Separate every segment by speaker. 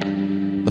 Speaker 1: The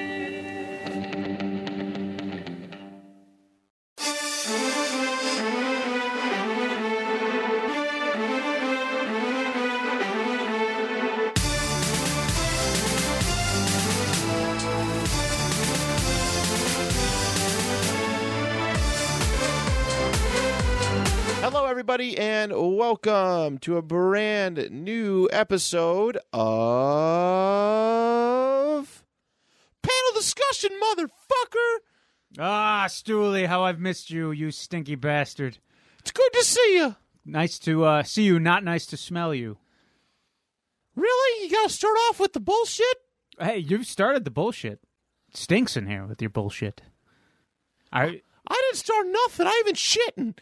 Speaker 1: Hello, everybody, and welcome to a brand new episode of Panel Discussion, motherfucker.
Speaker 2: Ah, Stooley, how I've missed you, you stinky bastard.
Speaker 1: It's good to see you.
Speaker 2: Nice to uh, see you, not nice to smell you.
Speaker 1: Really? You gotta start off with the bullshit?
Speaker 2: Hey, you've started the bullshit. It stinks in here with your bullshit. I,
Speaker 1: I didn't start nothing. I haven't shit in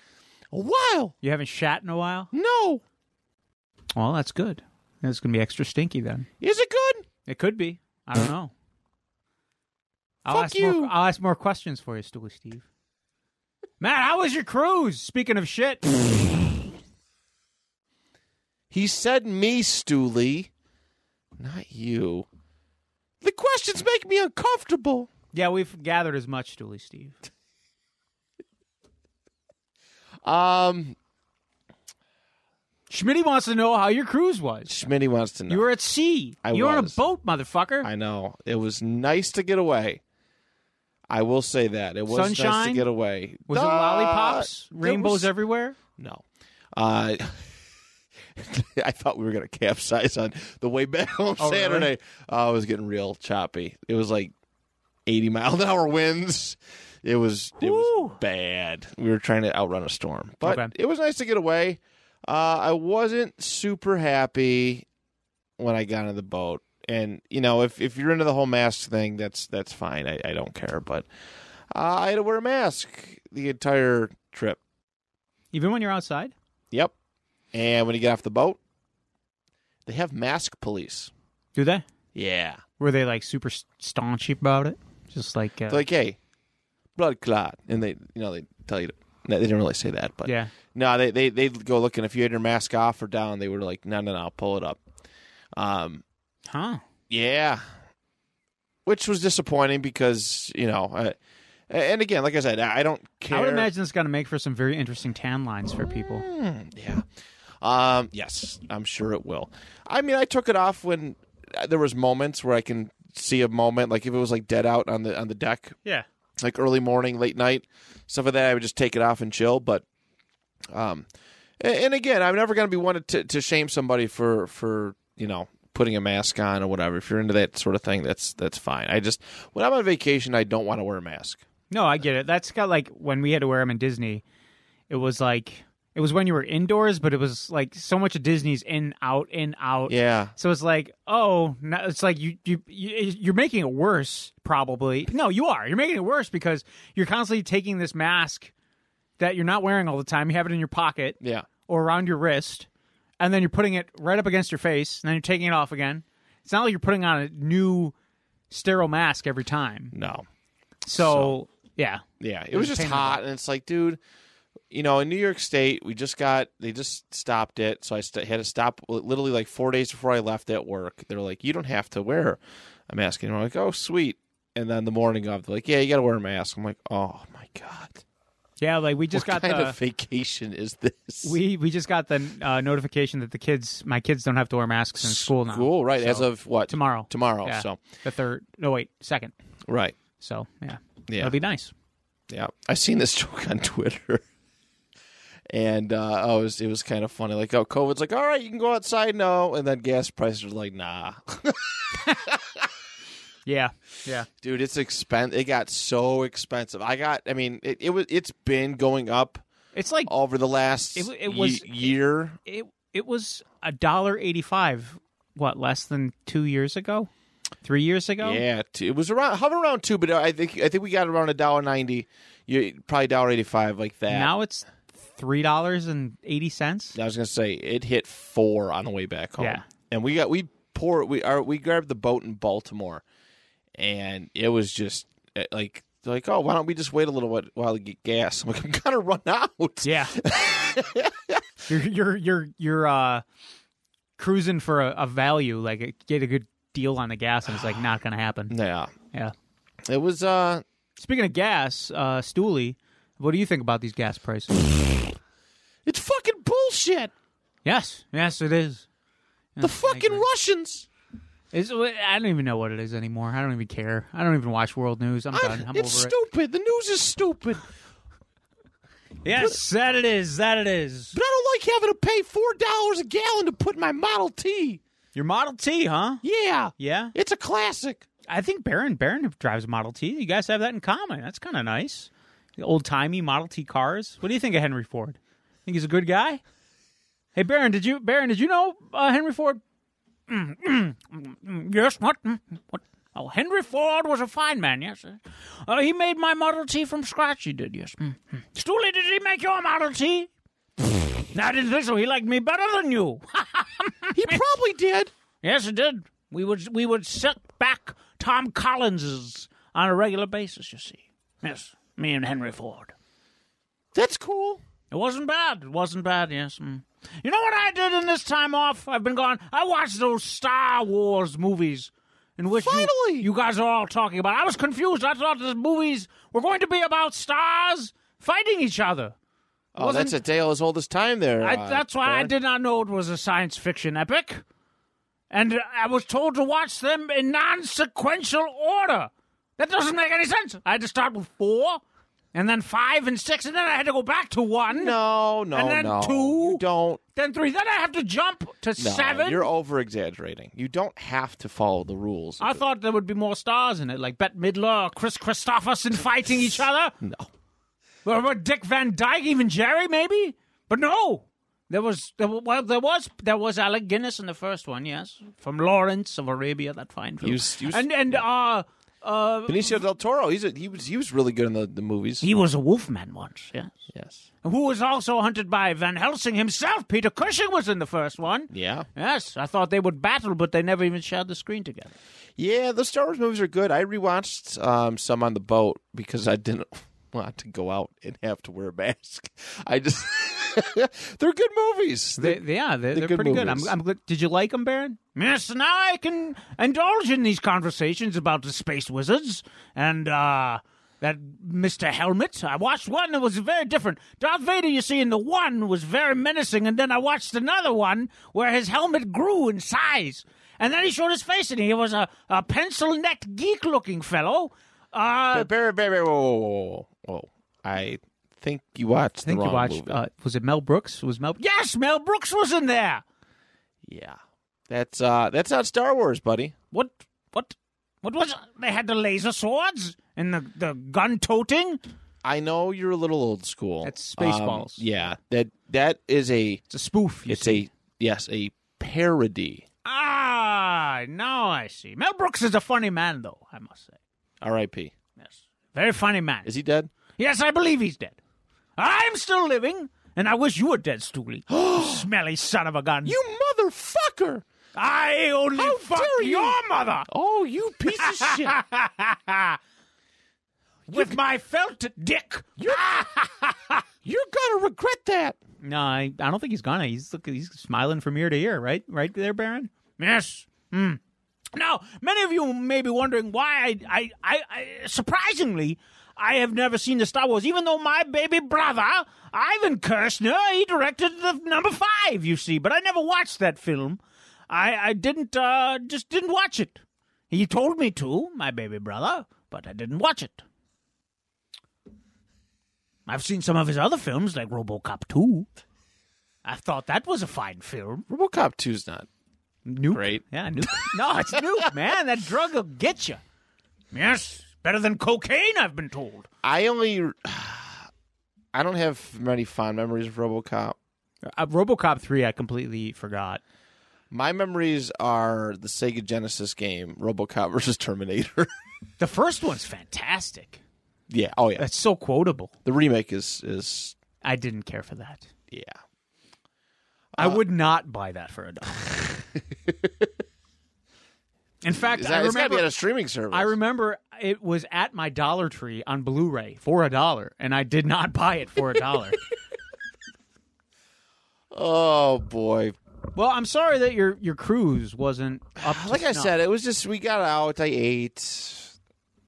Speaker 1: a while.
Speaker 2: you haven't shat in a while?
Speaker 1: No.
Speaker 2: Well, that's good. That's going to be extra stinky then.
Speaker 1: Is it good?
Speaker 2: It could be. I don't know. I'll
Speaker 1: Fuck
Speaker 2: ask
Speaker 1: you.
Speaker 2: More, I'll ask more questions for you, Stooley Steve. Matt, how was your cruise? Speaking of shit.
Speaker 1: He said me, Stooley. Not you. The questions make me uncomfortable.
Speaker 2: yeah, we've gathered as much, Stooley Steve.
Speaker 1: Um,
Speaker 2: Schmitty wants to know how your cruise was.
Speaker 1: Schmitty wants to know.
Speaker 2: You were at sea.
Speaker 1: I
Speaker 2: you were on a
Speaker 1: was.
Speaker 2: boat, motherfucker.
Speaker 1: I know. It was nice to get away. I will say that. It was nice to
Speaker 2: Sunshine?
Speaker 1: get away.
Speaker 2: was it
Speaker 1: Uh,
Speaker 2: lollipops,
Speaker 1: there
Speaker 2: rainbows
Speaker 1: was-
Speaker 2: everywhere?
Speaker 1: No. Uh, I thought we were going to capsize on the way back home
Speaker 2: Oh, really?
Speaker 1: Saturday. Uh, it was getting real choppy. It was like 80 mile an hour winds. It was it was
Speaker 2: Whew.
Speaker 1: bad. We were trying to outrun a storm, but
Speaker 2: Okay.
Speaker 1: it was nice to get away. Uh, I wasn't super happy when I got on the boat, and you know, if if you're into the whole mask thing, that's that's fine. I, I don't care, but uh, I had to wear a mask the entire trip.
Speaker 2: Even when you're outside?
Speaker 1: Yep. And when you get off the boat, they have mask police.
Speaker 2: Do they?
Speaker 1: Yeah.
Speaker 2: Were they like super s- staunchy about it? Just like, uh,
Speaker 1: They're like, hey, blood clot. And they, you know, they tell you to. No, they didn't really say that, but
Speaker 2: yeah.
Speaker 1: no, they they they go looking. If you had your mask off or down, they were like, no, no, no, pull it up. Um,
Speaker 2: Huh.
Speaker 1: yeah, which was disappointing because you know, uh, and again, like I said, I I don't care.
Speaker 2: I would imagine it's going to make for some very interesting tan lines for people.
Speaker 1: Hmm, yeah. Um, yes, I'm sure it will. I mean, I took it off when uh, there was moments where I can see a moment, like if it was like dead out on the on the deck,
Speaker 2: Yeah.
Speaker 1: like early morning, late night, stuff like that. I would just take it off and chill. But, um, a- and again, I'm never gonna be one to to shame somebody for for you know putting a mask on or whatever. If you're into that sort of thing, that's that's fine. I just when I'm on vacation, I don't want to wear a mask.
Speaker 2: No, I get it. That's got like when we had to wear them in Disney, it was like, it was when you were indoors, but it was like so much of Disney's in, out, in, out.
Speaker 1: Yeah.
Speaker 2: So it's like, oh, no, it's like you, you you you're making it worse, probably. No, you are. You're making it worse because you're constantly taking this mask that you're not wearing all the time. You have it in your pocket
Speaker 1: Yeah.
Speaker 2: or around your wrist, and then you're putting it right up against your face, and then you're taking it off again. It's not like you're putting on a new sterile mask every time.
Speaker 1: No.
Speaker 2: So, yeah,
Speaker 1: Yeah, it was
Speaker 2: was
Speaker 1: just
Speaker 2: painful.
Speaker 1: hot, and it's like, dude, you know, in New York State, we just got they just stopped it, so I st- had to stop literally like four days before I left at work. They're like, you don't have to wear a mask, and I'm like, oh, sweet. And then the morning of, they're like, yeah, you got to wear a mask. I'm like, oh my god,
Speaker 2: yeah. Like we just
Speaker 1: what
Speaker 2: got
Speaker 1: kind
Speaker 2: the
Speaker 1: of vacation is this?
Speaker 2: we we just got the uh, notification that the kids, my kids, don't have to wear masks in school now.
Speaker 1: Cool, right? as
Speaker 2: So,
Speaker 1: of what
Speaker 2: tomorrow.
Speaker 1: Tomorrow,
Speaker 2: Yeah.
Speaker 1: Oh, so
Speaker 2: the third. No, wait, second.
Speaker 1: right,
Speaker 2: So yeah,
Speaker 1: yeah.
Speaker 2: it'll be nice.
Speaker 1: Yeah, I seen this joke on Twitter, and uh, I was it was kind of funny. Like, oh, COVID's like, all right, you can go outside now, and then gas prices are like, nah,
Speaker 2: Yeah, yeah.
Speaker 1: dude, it's expen. It got so expensive. I got, I mean, it, it was it's been going up
Speaker 2: It's like
Speaker 1: over the last
Speaker 2: It wa- it was-
Speaker 1: ye- year.
Speaker 2: it. It was a dollar eighty-five. What less than two years ago, three years ago?
Speaker 1: Yeah, t- it was around hover around two, but I think I think we got around a dollar ninety, you probably dollar eighty five like that.
Speaker 2: Now it's three dollars and eighty cents.
Speaker 1: I was gonna say it hit four on the way back home.
Speaker 2: Yeah.
Speaker 1: And we got we pour we are we grabbed the boat in Baltimore, and it was just eh, like They're like, oh, why don't we just wait a little while- while to get gas? I'm like, I'm gonna run out.
Speaker 2: Yeah. you're you're you're you're uh cruising for a, a value, like get a good deal on the gas, and it's like not gonna happen.
Speaker 1: Yeah,
Speaker 2: Yeah.
Speaker 1: it was. uh
Speaker 2: Speaking of gas, uh Stooley, what do you think about these gas prices?
Speaker 1: It's fucking bullshit.
Speaker 2: yes, yes, it is.
Speaker 1: The fucking Russians.
Speaker 2: It's, I don't even know what it is anymore. I don't even care. I don't even watch world news. I'm
Speaker 1: I-
Speaker 2: done. I'm
Speaker 1: it's
Speaker 2: over it.
Speaker 1: stupid. The news is stupid.
Speaker 2: Yes, that it is. That it is.
Speaker 1: But I don't like having to pay four dollars a gallon to put in my Model T.
Speaker 2: Your Model T, huh?
Speaker 1: Yeah,
Speaker 2: Yeah.
Speaker 1: it's a classic.
Speaker 2: I think Baron Baron drives a Model T. You guys have that in common. That's kind of nice. Old timey Model T cars. What do you think of Henry Ford? Think he's a good guy? Hey Baron, did you Baron, did you know uh, Henry Ford? Mm, mm, mm, mm, yes, what? Mm, mm, what? Oh, Henry Ford was a fine man. Yes, sir. uh, he made my Model T from scratch. He did. Yes. Mm, mm. Stooley, did he make your Model T? I didn't think so. He liked me better than you.
Speaker 1: He probably did.
Speaker 2: Yes, it did. We would we would set back Tom Collins's on a regular basis. You see, yes, me and Henry Ford.
Speaker 1: That's cool.
Speaker 2: It wasn't bad. It wasn't bad. Yes. Mm. You know what I did in this time off? I've been gone. I watched those Star Wars movies. In which you-
Speaker 1: Finally!
Speaker 2: you guys are all talking about. I was confused. I thought the movies were going to be about stars fighting each other.
Speaker 1: Oh,
Speaker 2: Wasn't-
Speaker 1: that's a tale as old as time. There.
Speaker 2: I,
Speaker 1: uh,
Speaker 2: that's why I
Speaker 1: Baron.
Speaker 2: did not know it was a science fiction epic. And I was told to watch them in non sequential order. That doesn't make any sense. I had to start with four, and then five and six, and then I had to go back to one,
Speaker 1: No, no,
Speaker 2: And then
Speaker 1: no.
Speaker 2: two.
Speaker 1: You don't.
Speaker 2: then three, then I have to jump to
Speaker 1: No,
Speaker 2: 7
Speaker 1: You're over exaggerating. You don't have to follow the rules.
Speaker 2: I thought there would be more stars in it, like Bette Midler or Chris Christopherson fighting each other.
Speaker 1: no.
Speaker 2: What about Dick Van Dyke, even Jerry, maybe? But no, there was there, wa- well, there was there was Alec Guinness in the first one, yes, from Lawrence of Arabia, that fine film.
Speaker 1: You s- you s-
Speaker 2: and and uh, uh,
Speaker 1: Benicio del Toro. He's a, he was he was really good in the, the movies.
Speaker 2: he was a wolfman once, yes,
Speaker 1: yes.
Speaker 2: who was also hunted by Van Helsing himself. Peter Cushing was in the first one.
Speaker 1: Yeah.
Speaker 2: Yes, I thought they would battle, but they never even shared the screen together.
Speaker 1: Yeah. The Star Wars movies are good. I rewatched um, some on the boat because I didn't want to go out and have to wear a mask. I just they're good movies.
Speaker 2: They, they are. They're, they're
Speaker 1: good
Speaker 2: pretty good. I'm,
Speaker 1: movies.
Speaker 2: I'm glad. Did you like them, Baron? Yes. Now I can indulge in these conversations about the space wizards and uh, that Mister Helmet. I watched one that was very different. Darth Vader, you see, in the one was very menacing, and then I watched another one where his helmet grew in size, and then he showed his face, and he was a, a pencil-necked geek-looking fellow. Uh,
Speaker 1: But Barry, Barry, Barry, whoa, whoa, whoa, whoa, whoa. I think you watched.
Speaker 2: I think
Speaker 1: the
Speaker 2: you
Speaker 1: wrong
Speaker 2: watched.
Speaker 1: Movie.
Speaker 2: Uh, was it Mel Brooks? Was Mel? Yes, Mel Brooks was in there.
Speaker 1: yeah. That's uh, that's not Star Wars, buddy.
Speaker 2: What? What? What was? They had the laser swords and the the gun toting.
Speaker 1: I know you're a little old school. Um,
Speaker 2: That's Spaceballs.
Speaker 1: yeah, that that is a
Speaker 2: It's a spoof.
Speaker 1: it's a yes a parody.
Speaker 2: ah. Now I see. Mel Brooks is a funny man, though I must say.
Speaker 1: R.I.P.
Speaker 2: Yes, very funny man.
Speaker 1: Is he dead?
Speaker 2: yes, I believe he's dead. I'm still living, and I wish you were dead, Stooley. Smelly son of a gun.
Speaker 1: You motherfucker!
Speaker 2: I only
Speaker 1: How
Speaker 2: fuck
Speaker 1: dare you!
Speaker 2: your mother
Speaker 1: Oh, you piece of shit!
Speaker 2: with my felt dick.
Speaker 1: You're gonna regret that.
Speaker 2: No, I, I don't think he's gonna. He's look, he's smiling from ear to ear, right? Right there, Baron. Yes. Hmm. Now, many of you may be wondering why I, I, I, I surprisingly, I have never seen the Star Wars, even though my baby brother Ivan Kershner he directed the number five. You see, but I never watched that film. I, I didn't, uh, just didn't watch it. He told me to, my baby brother, but I didn't watch it. I've seen some of his other films, like RoboCop 2. I thought that was a fine film.
Speaker 1: RoboCop 2's not
Speaker 2: Nuke.
Speaker 1: Great.
Speaker 2: Yeah, Nuke. no, it's Nuke, man. That drug will get you. Yes, better than cocaine, I've been told.
Speaker 1: I only. I don't have many fond memories of RoboCop.
Speaker 2: Uh, RoboCop 3, I completely forgot.
Speaker 1: My memories are the Sega Genesis game RoboCop versus Terminator.
Speaker 2: The first one's fantastic.
Speaker 1: yeah. Oh yeah.
Speaker 2: That's so quotable.
Speaker 1: The remake is is
Speaker 2: I didn't care for that.
Speaker 1: yeah.
Speaker 2: I would not buy that for a dollar. In fact,
Speaker 1: Is that, it's
Speaker 2: I
Speaker 1: got to
Speaker 2: remember
Speaker 1: be on a streaming service.
Speaker 2: I remember it was at my Dollar Tree on Blu-ray for a dollar, and I did not buy it for a dollar.
Speaker 1: Oh boy.
Speaker 2: well, I'm sorry that your your cruise wasn't up. to
Speaker 1: Ah, Like I
Speaker 2: snuff.
Speaker 1: said, it was just we got out. I ate.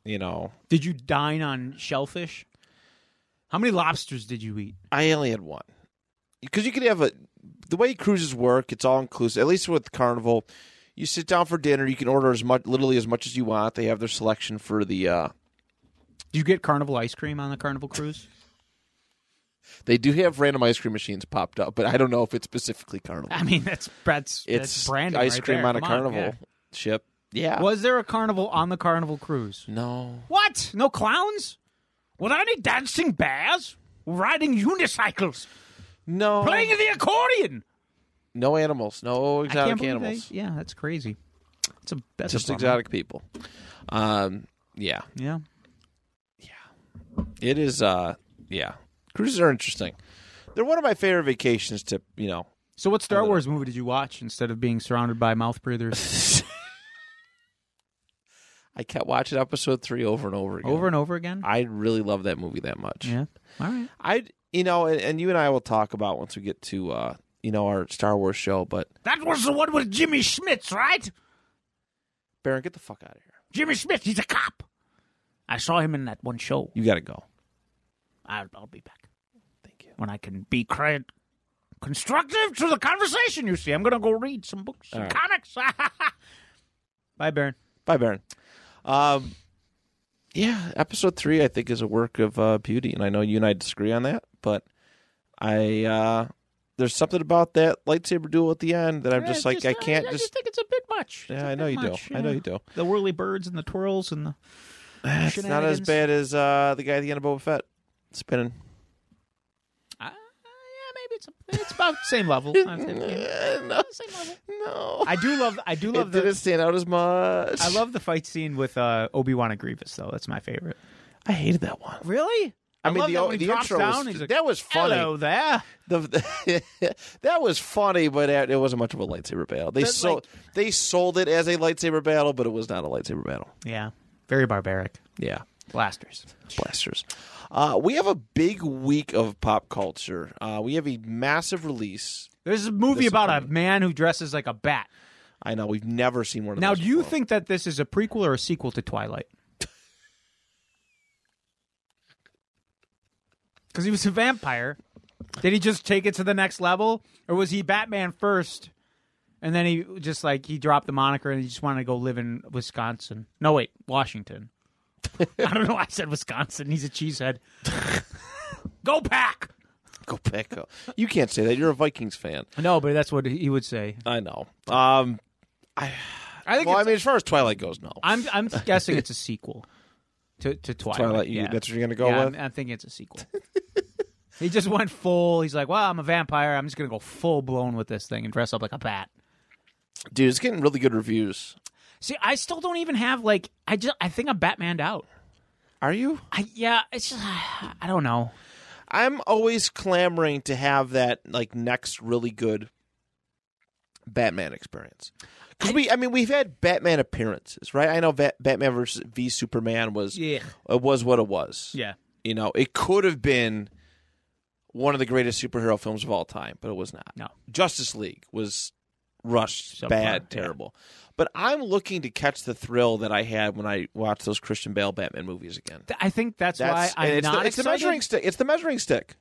Speaker 1: You know,
Speaker 2: did you dine on shellfish? How many lobsters did you eat?
Speaker 1: I only had one because you could have a the way cruises work. It's all inclusive. At least with Carnival, you sit down for dinner. You can order as much, literally as much as you want. They have their selection for the. uh
Speaker 2: Did you get carnival ice cream on the carnival cruise?
Speaker 1: They do have random ice cream machines popped up, but I don't know if it's specifically Carnival.
Speaker 2: I mean, that's that's
Speaker 1: It's
Speaker 2: that's branding
Speaker 1: ice
Speaker 2: right
Speaker 1: cream
Speaker 2: there.
Speaker 1: on a
Speaker 2: Come
Speaker 1: Carnival
Speaker 2: yeah.
Speaker 1: ship. Yeah.
Speaker 2: Was there a carnival on the carnival cruise?
Speaker 1: Hmm. No.
Speaker 2: What? No clowns? Without any dancing bears? Riding unicycles?
Speaker 1: No.
Speaker 2: Playing the accordion?
Speaker 1: No animals. No
Speaker 2: I can't
Speaker 1: exotic
Speaker 2: believe
Speaker 1: animals.
Speaker 2: They, yeah, that's crazy. It's a that's
Speaker 1: Just
Speaker 2: a bummer.
Speaker 1: exotic people. Um. Yeah.
Speaker 2: Yeah.
Speaker 1: It is. Uh. Yeah. Cruises are interesting. They're one of my favorite vacations. To you know.
Speaker 2: So, what Star Wars movie did you watch instead of being surrounded by mouth breathers
Speaker 1: I kept watching episode three over and over again.
Speaker 2: over and over again?
Speaker 1: I really love that movie that much.
Speaker 2: Yeah. All right.
Speaker 1: I, you know, and, and you and I will talk about once we get to, uh, you know, our Star Wars show. But
Speaker 2: That was the one with Jimmy Schmitz, right?
Speaker 1: Baron, get the fuck out of here.
Speaker 2: Jimmy Schmitz, he's a cop. I saw him in that one show.
Speaker 1: You got to go.
Speaker 2: I'll, I'll be back.
Speaker 1: Thank you.
Speaker 2: when I can be cred- constructive to the conversation. You see, I'm going to go read some books, some
Speaker 1: All right.
Speaker 2: comics. Bye, Baron.
Speaker 1: Bye, Baron. Um, yeah, episode three I think is a work of uh, beauty, and I know you and I disagree on that, but I uh, there's something about that lightsaber duel at the end that I'm just like I can't
Speaker 2: I
Speaker 1: just.
Speaker 2: think it's a bit much. It's
Speaker 1: Yeah,
Speaker 2: a
Speaker 1: I know
Speaker 2: bit
Speaker 1: you do.
Speaker 2: much,
Speaker 1: I know
Speaker 2: yeah.
Speaker 1: you do.
Speaker 2: The whirly birds and the twirls and the.
Speaker 1: It's not as
Speaker 2: Shenanigans.
Speaker 1: bad as uh, the guy at the end of Boba Fett spinning.
Speaker 2: Uh, yeah, maybe it's it's about the same level. I think, yeah,
Speaker 1: Eh, no,
Speaker 2: same level.
Speaker 1: no.
Speaker 2: I do love. I do love
Speaker 1: it didn't
Speaker 2: the.
Speaker 1: stand out as much.
Speaker 2: I love the fight scene with uh, Obi Wan and Grievous, though. That's my favorite.
Speaker 1: I hated that one.
Speaker 2: Really? I,
Speaker 1: mean,
Speaker 2: love
Speaker 1: the
Speaker 2: that
Speaker 1: o-
Speaker 2: when he
Speaker 1: the
Speaker 2: drops
Speaker 1: intro
Speaker 2: down,
Speaker 1: was-
Speaker 2: he's like,
Speaker 1: that was funny.
Speaker 2: Hello there.
Speaker 1: The, that was funny, but it wasn't much of a lightsaber battle. They
Speaker 2: But,
Speaker 1: sold they sold it as a lightsaber battle, but it was not a lightsaber battle.
Speaker 2: Yeah, very barbaric.
Speaker 1: Yeah,
Speaker 2: Blasters.
Speaker 1: blasters. Uh, we have a big week of pop culture. Uh, we have a massive release.
Speaker 2: There's a movie about a man who dresses like a bat.
Speaker 1: I know we've never seen one of
Speaker 2: Now,
Speaker 1: those.
Speaker 2: do you
Speaker 1: before.
Speaker 2: think that this is a prequel or a sequel to Twilight? Because he was a vampire. Did he just take it to the next level? Or was he Batman first? And then he just like he dropped the moniker and he just wanted to go live in Wisconsin. No, wait, Washington. I don't know why I said Wisconsin. He's a cheesehead. go pack.
Speaker 1: Go back up. You can't say that. You're a Vikings fan.
Speaker 2: No, but that's what he would say.
Speaker 1: I know. Um,
Speaker 2: I think
Speaker 1: well, I
Speaker 2: it's-
Speaker 1: mean, as far as Twilight goes, no.
Speaker 2: I'm I'm guessing it's a sequel to to Twilight.
Speaker 1: Twilight, you-
Speaker 2: yeah.
Speaker 1: that's what you're gonna go
Speaker 2: Yeah,
Speaker 1: with?
Speaker 2: I'm, I'm thinking it's a sequel. he just went full. He's like, well, I'm a vampire. I'm just gonna go full blown with this thing and dress up like a bat.
Speaker 1: Dude, it's getting really good reviews.
Speaker 2: See, I still don't even have like I just I think I'm Batmaned out.
Speaker 1: Are you?
Speaker 2: I yeah, it's just I don't know.
Speaker 1: I'm always clamoring to have that like next really good Batman experience. Because we, I mean, we've had Batman appearances, right? I know Va- Batman versus v Superman was
Speaker 2: Yeah,
Speaker 1: it was what it was.
Speaker 2: yeah.
Speaker 1: You know, it could have been one of the greatest superhero films of all time, but it was not.
Speaker 2: No.
Speaker 1: Justice League was rushed,
Speaker 2: Subpar,
Speaker 1: bad,
Speaker 2: yeah.
Speaker 1: terrible. But I'm looking to catch the thrill that I had when I watched those Christian Bale Batman movies again.
Speaker 2: Th- I think that's,
Speaker 1: That's
Speaker 2: why I'm
Speaker 1: and it's,
Speaker 2: not
Speaker 1: the, it's the
Speaker 2: excited
Speaker 1: measuring stick. It's the measuring stick.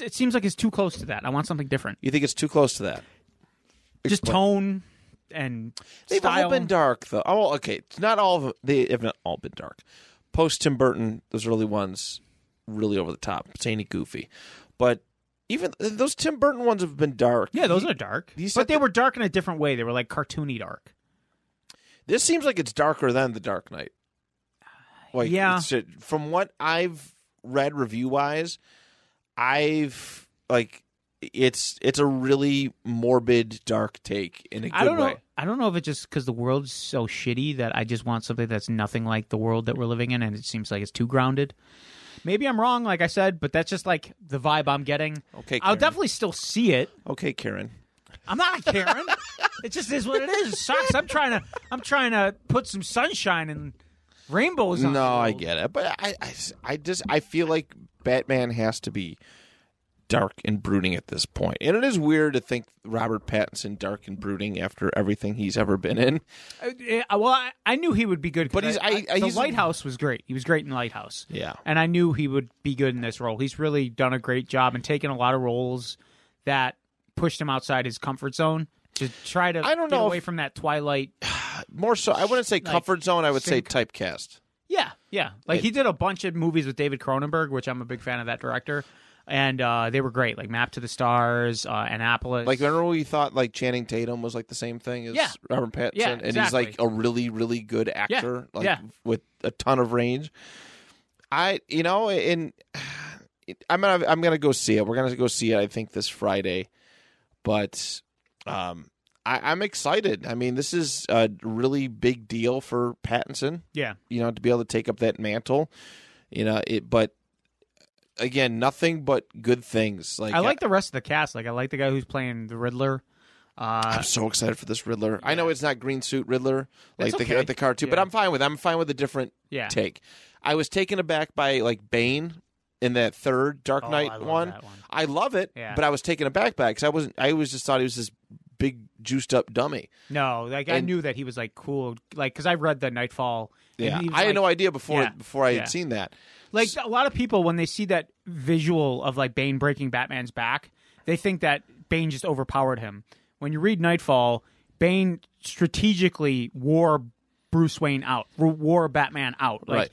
Speaker 1: right?
Speaker 2: it seems like it's too close to that. I want something different.
Speaker 1: you think it's too close to that.
Speaker 2: Just tone and
Speaker 1: They've
Speaker 2: style.
Speaker 1: all been dark though. Oh, okay. It's not all of them. They have not all been dark. Post Tim Burton, those early ones, really over the top, zany, goofy. But even those Tim Burton ones have been dark.
Speaker 2: yeah, those are dark.
Speaker 1: he said
Speaker 2: But they
Speaker 1: that-
Speaker 2: were dark in a different way. They were like cartoony dark.
Speaker 1: This seems like it's darker than the Dark Knight. Like,
Speaker 2: Yeah.
Speaker 1: it's- it- from what I've read review wise, I've like it's it's a really morbid, dark take in a good
Speaker 2: I don't know.
Speaker 1: way.
Speaker 2: I don't know if it's just because the world's so shitty that I just want something that's nothing like the world that we're living in, and it seems like it's too grounded. Maybe I'm wrong, like I said, but that's just like the vibe I'm getting.
Speaker 1: Okay,
Speaker 2: I'll
Speaker 1: Karen.
Speaker 2: definitely still see it.
Speaker 1: Okay, Karen.
Speaker 2: I'm not a Karen. it just is what it is. It sucks. I'm trying to. I'm trying to put some sunshine in Rainbows. On
Speaker 1: No,
Speaker 2: the
Speaker 1: I
Speaker 2: road.
Speaker 1: get it, but I, I, I just I feel like Batman has to be dark and brooding at this point, and it is weird to think Robert Pattinson dark and brooding after everything he's ever been in.
Speaker 2: Uh, yeah, well, I, I knew he would be good. 'cause
Speaker 1: But he's- I- I-
Speaker 2: the
Speaker 1: he's-
Speaker 2: Lighthouse was great. He was great in Lighthouse.
Speaker 1: Yeah.
Speaker 2: and I knew he would be good in this role. He's really done a great job and taken a lot of roles that pushed him outside his comfort zone to try to
Speaker 1: I don't
Speaker 2: get
Speaker 1: know
Speaker 2: away
Speaker 1: if-
Speaker 2: from that Twilight.
Speaker 1: More so, I wouldn't say comfort zone. I would say
Speaker 2: think-
Speaker 1: typecast.
Speaker 2: Yeah, yeah. Like he did a bunch of movies with David Cronenberg, which I'm a big fan of that director, and uh, they were great. Like Map to the Stars, uh, Annapolis.
Speaker 1: Like remember we thought like Channing Tatum was like the same thing as
Speaker 2: Yeah.
Speaker 1: Robert Pattinson,
Speaker 2: Yeah,
Speaker 1: and he's like
Speaker 2: exactly.
Speaker 1: a really really good actor, like
Speaker 2: yeah.
Speaker 1: with a ton of range. I you know and I'm gonna I'm gonna go see it. We're gonna go see it. I think this Friday, but um, I, I'm excited. I mean, this is a really big deal for Pattinson
Speaker 2: yeah,
Speaker 1: you know, to be able to take up that mantle, you know. It, but again, nothing but good things. Like
Speaker 2: I like the rest of the cast. Like I like the guy who's playing the Riddler. Uh,
Speaker 1: I'm so excited for this Riddler. I know it's not green suit Riddler like
Speaker 2: That's
Speaker 1: the
Speaker 2: okay.
Speaker 1: the cartoon, but
Speaker 2: Yeah.
Speaker 1: I'm fine with. I'm fine with a different
Speaker 2: yeah.
Speaker 1: take. I was taken aback by like Bane in that third Dark
Speaker 2: Oh,
Speaker 1: Knight
Speaker 2: I love
Speaker 1: one.
Speaker 2: that one.
Speaker 1: I love it,
Speaker 2: Yeah.
Speaker 1: but I was taken aback by because I wasn't. I always just thought he was this big juiced up dummy.
Speaker 2: No, like I
Speaker 1: And-
Speaker 2: knew that he was like cool, like because I read the Nightfall. and
Speaker 1: Yeah,
Speaker 2: he was,
Speaker 1: I had
Speaker 2: like,
Speaker 1: no idea before
Speaker 2: yeah,
Speaker 1: before I
Speaker 2: yeah.
Speaker 1: had seen that.
Speaker 2: Like a lot of people, when they see that visual of like Bane breaking Batman's back, they think that Bane just overpowered him. When you read Nightfall, Bane strategically wore Bruce Wayne out, w- wore Batman out. Like
Speaker 1: Right.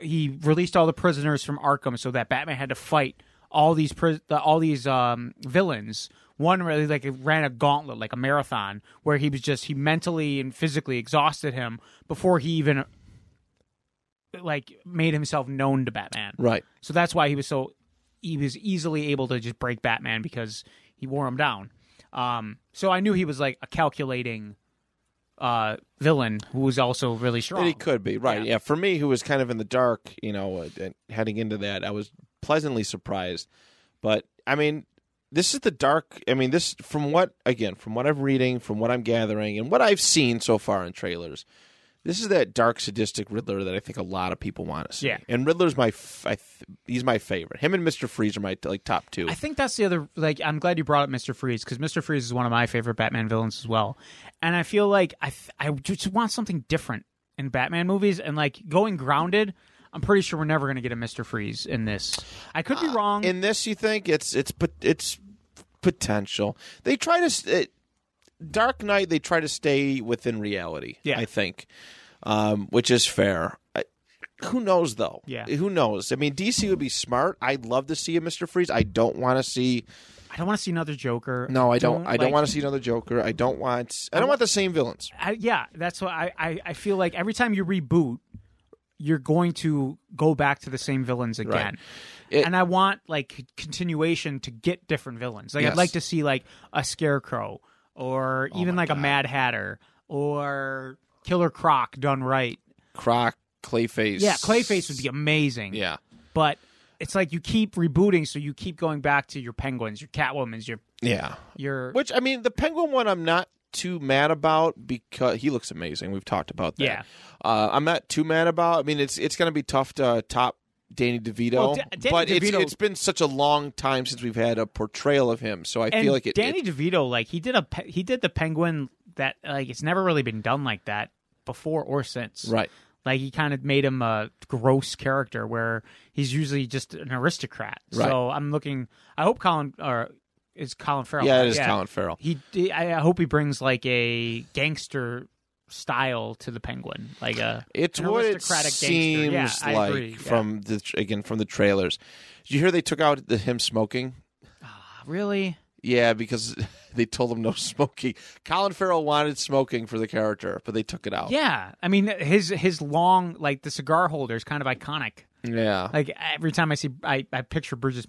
Speaker 2: he released all the prisoners from Arkham, so that Batman had to fight all these pris- uh, all these um, villains. One really like ran a gauntlet, like a marathon, where he was just he mentally and physically exhausted him before he even like made himself known to Batman.
Speaker 1: Right.
Speaker 2: So that's why he was so he was easily able to just break Batman because he wore him down. Um, so I knew he was like a calculating uh, villain who was also really strong.
Speaker 1: It could be right. Yeah. for me, who was kind of in the dark, you know, uh, and heading into that, I was pleasantly surprised. But I mean, this is the dark. I mean, this from what again, from what I'm reading, from what I'm gathering, and what I've seen so far in trailers. This is that dark, sadistic Riddler that I think a lot of people want to see.
Speaker 2: Yeah.
Speaker 1: and Riddler's my, f- I th- he's my favorite. Him and Mister Freeze are my like top two.
Speaker 2: I think that's the other like I'm glad you brought up Mr. Freeze because Mr. Freeze is one of my favorite Batman villains as well, and I feel like I th- I just want something different in Batman movies and like going grounded. I'm pretty sure we're never going to get a Mr. Freeze in this. I could be wrong.
Speaker 1: Uh, in this you think it's it's pot- it's potential they try to s- it, dark knight they try to stay within reality
Speaker 2: Yeah.
Speaker 1: i think um which is fair I, who knows though
Speaker 2: Yeah.
Speaker 1: who knows i mean dc would be smart i'd love to see a mr freeze i don't want to see
Speaker 2: I don't want to see another Joker.
Speaker 1: no i don't, i don't
Speaker 2: like-
Speaker 1: want to see another joker i don't want i don't want the same villains
Speaker 2: I, yeah, that's what I, I, I feel like every time you reboot, you're going to go back to the same villains again.
Speaker 1: It-
Speaker 2: and I want like c- continuation to get different villains. Like I'd
Speaker 1: Yes. Oh
Speaker 2: like to see like a scarecrow or even like a Mad Hatter or Killer Croc done right.
Speaker 1: croc clayface
Speaker 2: Yeah, Clayface would be amazing.
Speaker 1: yeah
Speaker 2: But it's like you keep rebooting, so you keep going back to your penguins, your catwomans, your
Speaker 1: yeah
Speaker 2: your
Speaker 1: Which I mean, the penguin one, I'm not too mad about because he looks amazing. We've talked about that.
Speaker 2: Yeah.
Speaker 1: uh, I'm not too mad about. I mean, it's it's gonna be tough to top Danny DeVito,
Speaker 2: Well, Da- Danny
Speaker 1: but
Speaker 2: DeVito-
Speaker 1: it's it's been such a long time since we've had a portrayal of him, so I
Speaker 2: and
Speaker 1: feel like it.
Speaker 2: Danny
Speaker 1: it-
Speaker 2: DeVito, like he did a pe- he did the Penguin that like it's never really been done like that before or since.
Speaker 1: right.
Speaker 2: Like he kind of made him a gross character where he's usually just an aristocrat.
Speaker 1: Right.
Speaker 2: So I'm looking. I hope Colin or is Colin Farrell.
Speaker 1: Yeah, it is Colin Farrell.
Speaker 2: He. d- I I hope he brings like a gangster style to the Penguin, like a
Speaker 1: It's
Speaker 2: an
Speaker 1: what it
Speaker 2: aristocratic gangster.
Speaker 1: seems
Speaker 2: Yeah, I
Speaker 1: like
Speaker 2: agree. Yeah.
Speaker 1: from the again from the trailers. Did you hear they took out the, him smoking?
Speaker 2: really.
Speaker 1: Yeah, because they told him no smoking. Colin Farrell wanted smoking for the character, but they took it out.
Speaker 2: Yeah, I mean his his long like the cigar holder is kind of iconic.
Speaker 1: yeah.
Speaker 2: Like every time I see, I, I picture Bruce just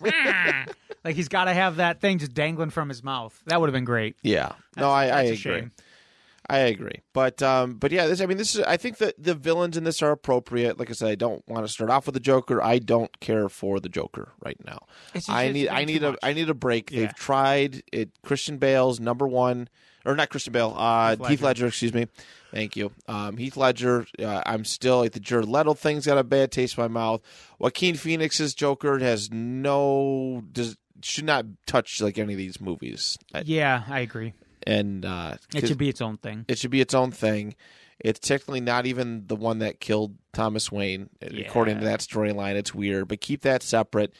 Speaker 2: like he's got to have that thing just dangling from his mouth. That would have been great.
Speaker 1: Yeah. No, I, I
Speaker 2: that's a
Speaker 1: agree.
Speaker 2: shame.
Speaker 1: I agree. But um but yeah, this I mean this is I think that the villains in this are appropriate. Like I said, I don't want to start off with the Joker. I don't care for the Joker right now.
Speaker 2: It's just-
Speaker 1: I
Speaker 2: it's
Speaker 1: need
Speaker 2: been
Speaker 1: I
Speaker 2: too
Speaker 1: need a
Speaker 2: much.
Speaker 1: I need a break.
Speaker 2: Yeah.
Speaker 1: They've tried it Christian Bale's number one or not Christian Bale, uh Heath
Speaker 2: Ledger.
Speaker 1: Ledger, excuse me. Thank you. Um, Heath Ledger, uh, I'm still like the Jared Leto thing's got a bad taste in my mouth. Joaquin Phoenix's Joker has no does should not touch like any of these movies, I-
Speaker 2: Yeah, I agree.
Speaker 1: and uh,
Speaker 2: It should be its own thing.
Speaker 1: it should be its own thing. It's technically not even the one that killed Thomas Wayne, uh, according to
Speaker 2: Yeah.
Speaker 1: that storyline. It's weird, but keep that separate.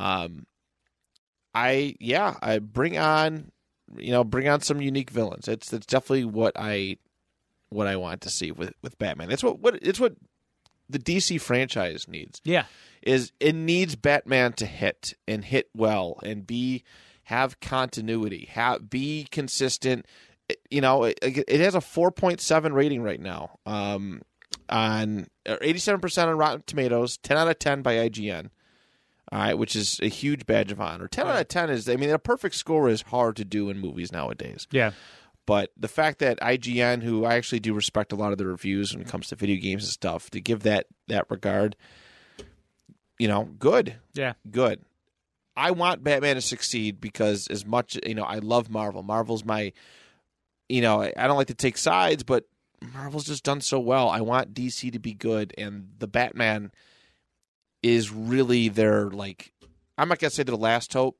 Speaker 1: Um, I yeah, I bring on, you know, bring on some unique villains. It's it's definitely what I, what I want to see with with Batman. That's what what it's what the DC franchise needs
Speaker 2: Yeah.
Speaker 1: is it needs Batman to hit and hit well and be have continuity, have be consistent. It- you know, it, it has a 4.7 rating right now. Um on or 87% on Rotten Tomatoes, 10 out of 10 by IGN. All right, which is a huge badge of honor. 10 out of 10 is I mean a perfect score is hard to do in movies nowadays.
Speaker 2: Yeah.
Speaker 1: But the fact that IGN, who I actually do respect a lot of the reviews when it comes to video games and stuff, to give that that regard, you know, good,
Speaker 2: Yeah.
Speaker 1: good. I want Batman to succeed because as much you know, I love Marvel. Marvel's my, you know, I I don't like to take sides, but Marvel's just done so well. I want DC to be good, and the Batman is really their like. I'm not gonna say their last hope,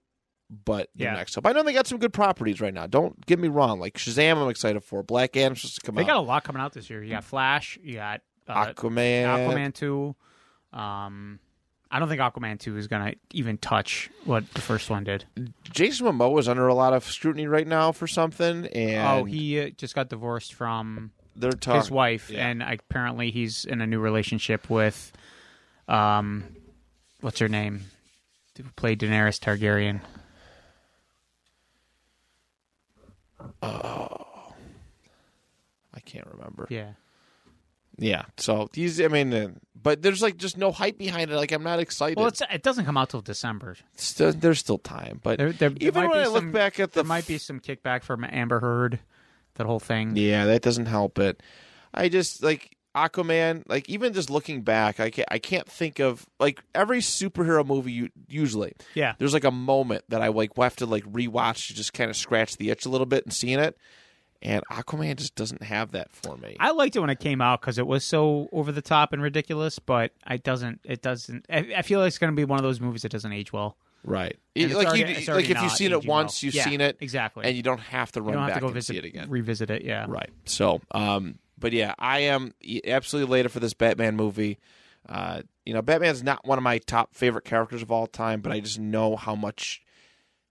Speaker 1: but their
Speaker 2: Yeah.
Speaker 1: next hope. I know they got some good properties right now. Don't get me wrong. Like Shazam, I'm excited for. Black Adam's supposed to come
Speaker 2: They
Speaker 1: out.
Speaker 2: got a lot coming out this year. You got Flash. You got uh,
Speaker 1: Aquaman.
Speaker 2: Aquaman two. Um, I don't think Aquaman two is gonna even touch what the first one did.
Speaker 1: Jason Momoa is under a lot of scrutiny right now for something, and
Speaker 2: oh, he uh, just got divorced from
Speaker 1: they're talking.
Speaker 2: his wife,
Speaker 1: yeah.
Speaker 2: and apparently he's in a new relationship with, um, what's her name? Who played Daenerys Targaryen?
Speaker 1: I can't remember.
Speaker 2: Yeah,
Speaker 1: Yeah. So he's. I mean, uh, but there's like just no hype behind it. Like I'm not excited.
Speaker 2: well, it's, it doesn't come out till December.
Speaker 1: Still- there's still time, but
Speaker 2: There, there, there
Speaker 1: even
Speaker 2: might
Speaker 1: when
Speaker 2: be
Speaker 1: I look
Speaker 2: some-
Speaker 1: back at the
Speaker 2: there might be some kickback from Amber Heard, that whole thing.
Speaker 1: Yeah, that doesn't help it. I just like Aquaman. Like even just looking back, I can't, I can't think of like every superhero movie. You usually
Speaker 2: Yeah.
Speaker 1: there's like a moment that I like have to like rewatch to just kind of scratch the itch a little bit and seeing it. And Aquaman just doesn't have that for me.
Speaker 2: I liked it when it came out because it was so over the top and ridiculous, but it doesn't. It doesn't. I, I feel like it's going to be one of those movies that doesn't age well.
Speaker 1: right?
Speaker 2: And
Speaker 1: It-
Speaker 2: it's
Speaker 1: like
Speaker 2: already- it's
Speaker 1: you,
Speaker 2: already
Speaker 1: like if
Speaker 2: not
Speaker 1: you've seen it
Speaker 2: aging well.
Speaker 1: once, you've
Speaker 2: Yeah,
Speaker 1: seen it
Speaker 2: exactly,
Speaker 1: and you don't have to
Speaker 2: you
Speaker 1: run
Speaker 2: don't
Speaker 1: back
Speaker 2: have to go
Speaker 1: and
Speaker 2: visit
Speaker 1: see it again.
Speaker 2: revisit it. Yeah,
Speaker 1: Right. So, um, but yeah, I am e, absolutely later for this Batman movie. Uh, you know, Batman's not one of my top favorite characters of all time, but I just know how much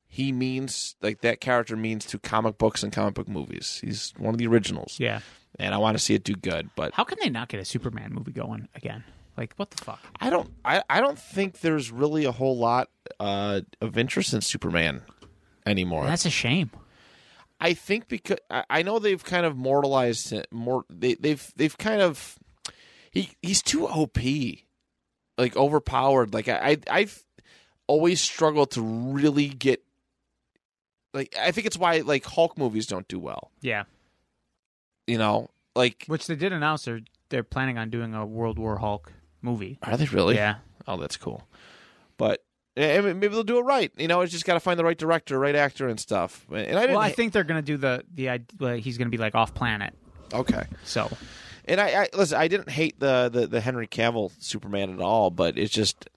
Speaker 1: he means, like that character means to comic books and comic book movies. He's one of the originals,
Speaker 2: Yeah.
Speaker 1: and I want to see it do good. But
Speaker 2: How can they not get a Superman movie going again? Like what the fuck?
Speaker 1: I don't, I, I don't think there's really a whole lot uh, of interest in Superman anymore.
Speaker 2: That's a shame.
Speaker 1: I think because I, I know they've kind of mortalized it more. They, they've they've kind of he he's too OP, like overpowered. Like I, I I've always struggled to really get. Like I think it's why like Hulk movies don't do well.
Speaker 2: Yeah,
Speaker 1: You know, like
Speaker 2: which they did announce they're they're planning on doing a World War Hulk movie.
Speaker 1: are they really?
Speaker 2: Yeah,
Speaker 1: Oh, that's cool. But eh, maybe they'll do it right. You know, it's just got to find the right director, right actor, and stuff. And I didn't.
Speaker 2: well, I
Speaker 1: ha-
Speaker 2: think they're gonna do the the id- well, he's gonna be like off planet.
Speaker 1: okay.
Speaker 2: So
Speaker 1: And I, I listen. I didn't hate the, the the Henry Cavill Superman at all, but it's just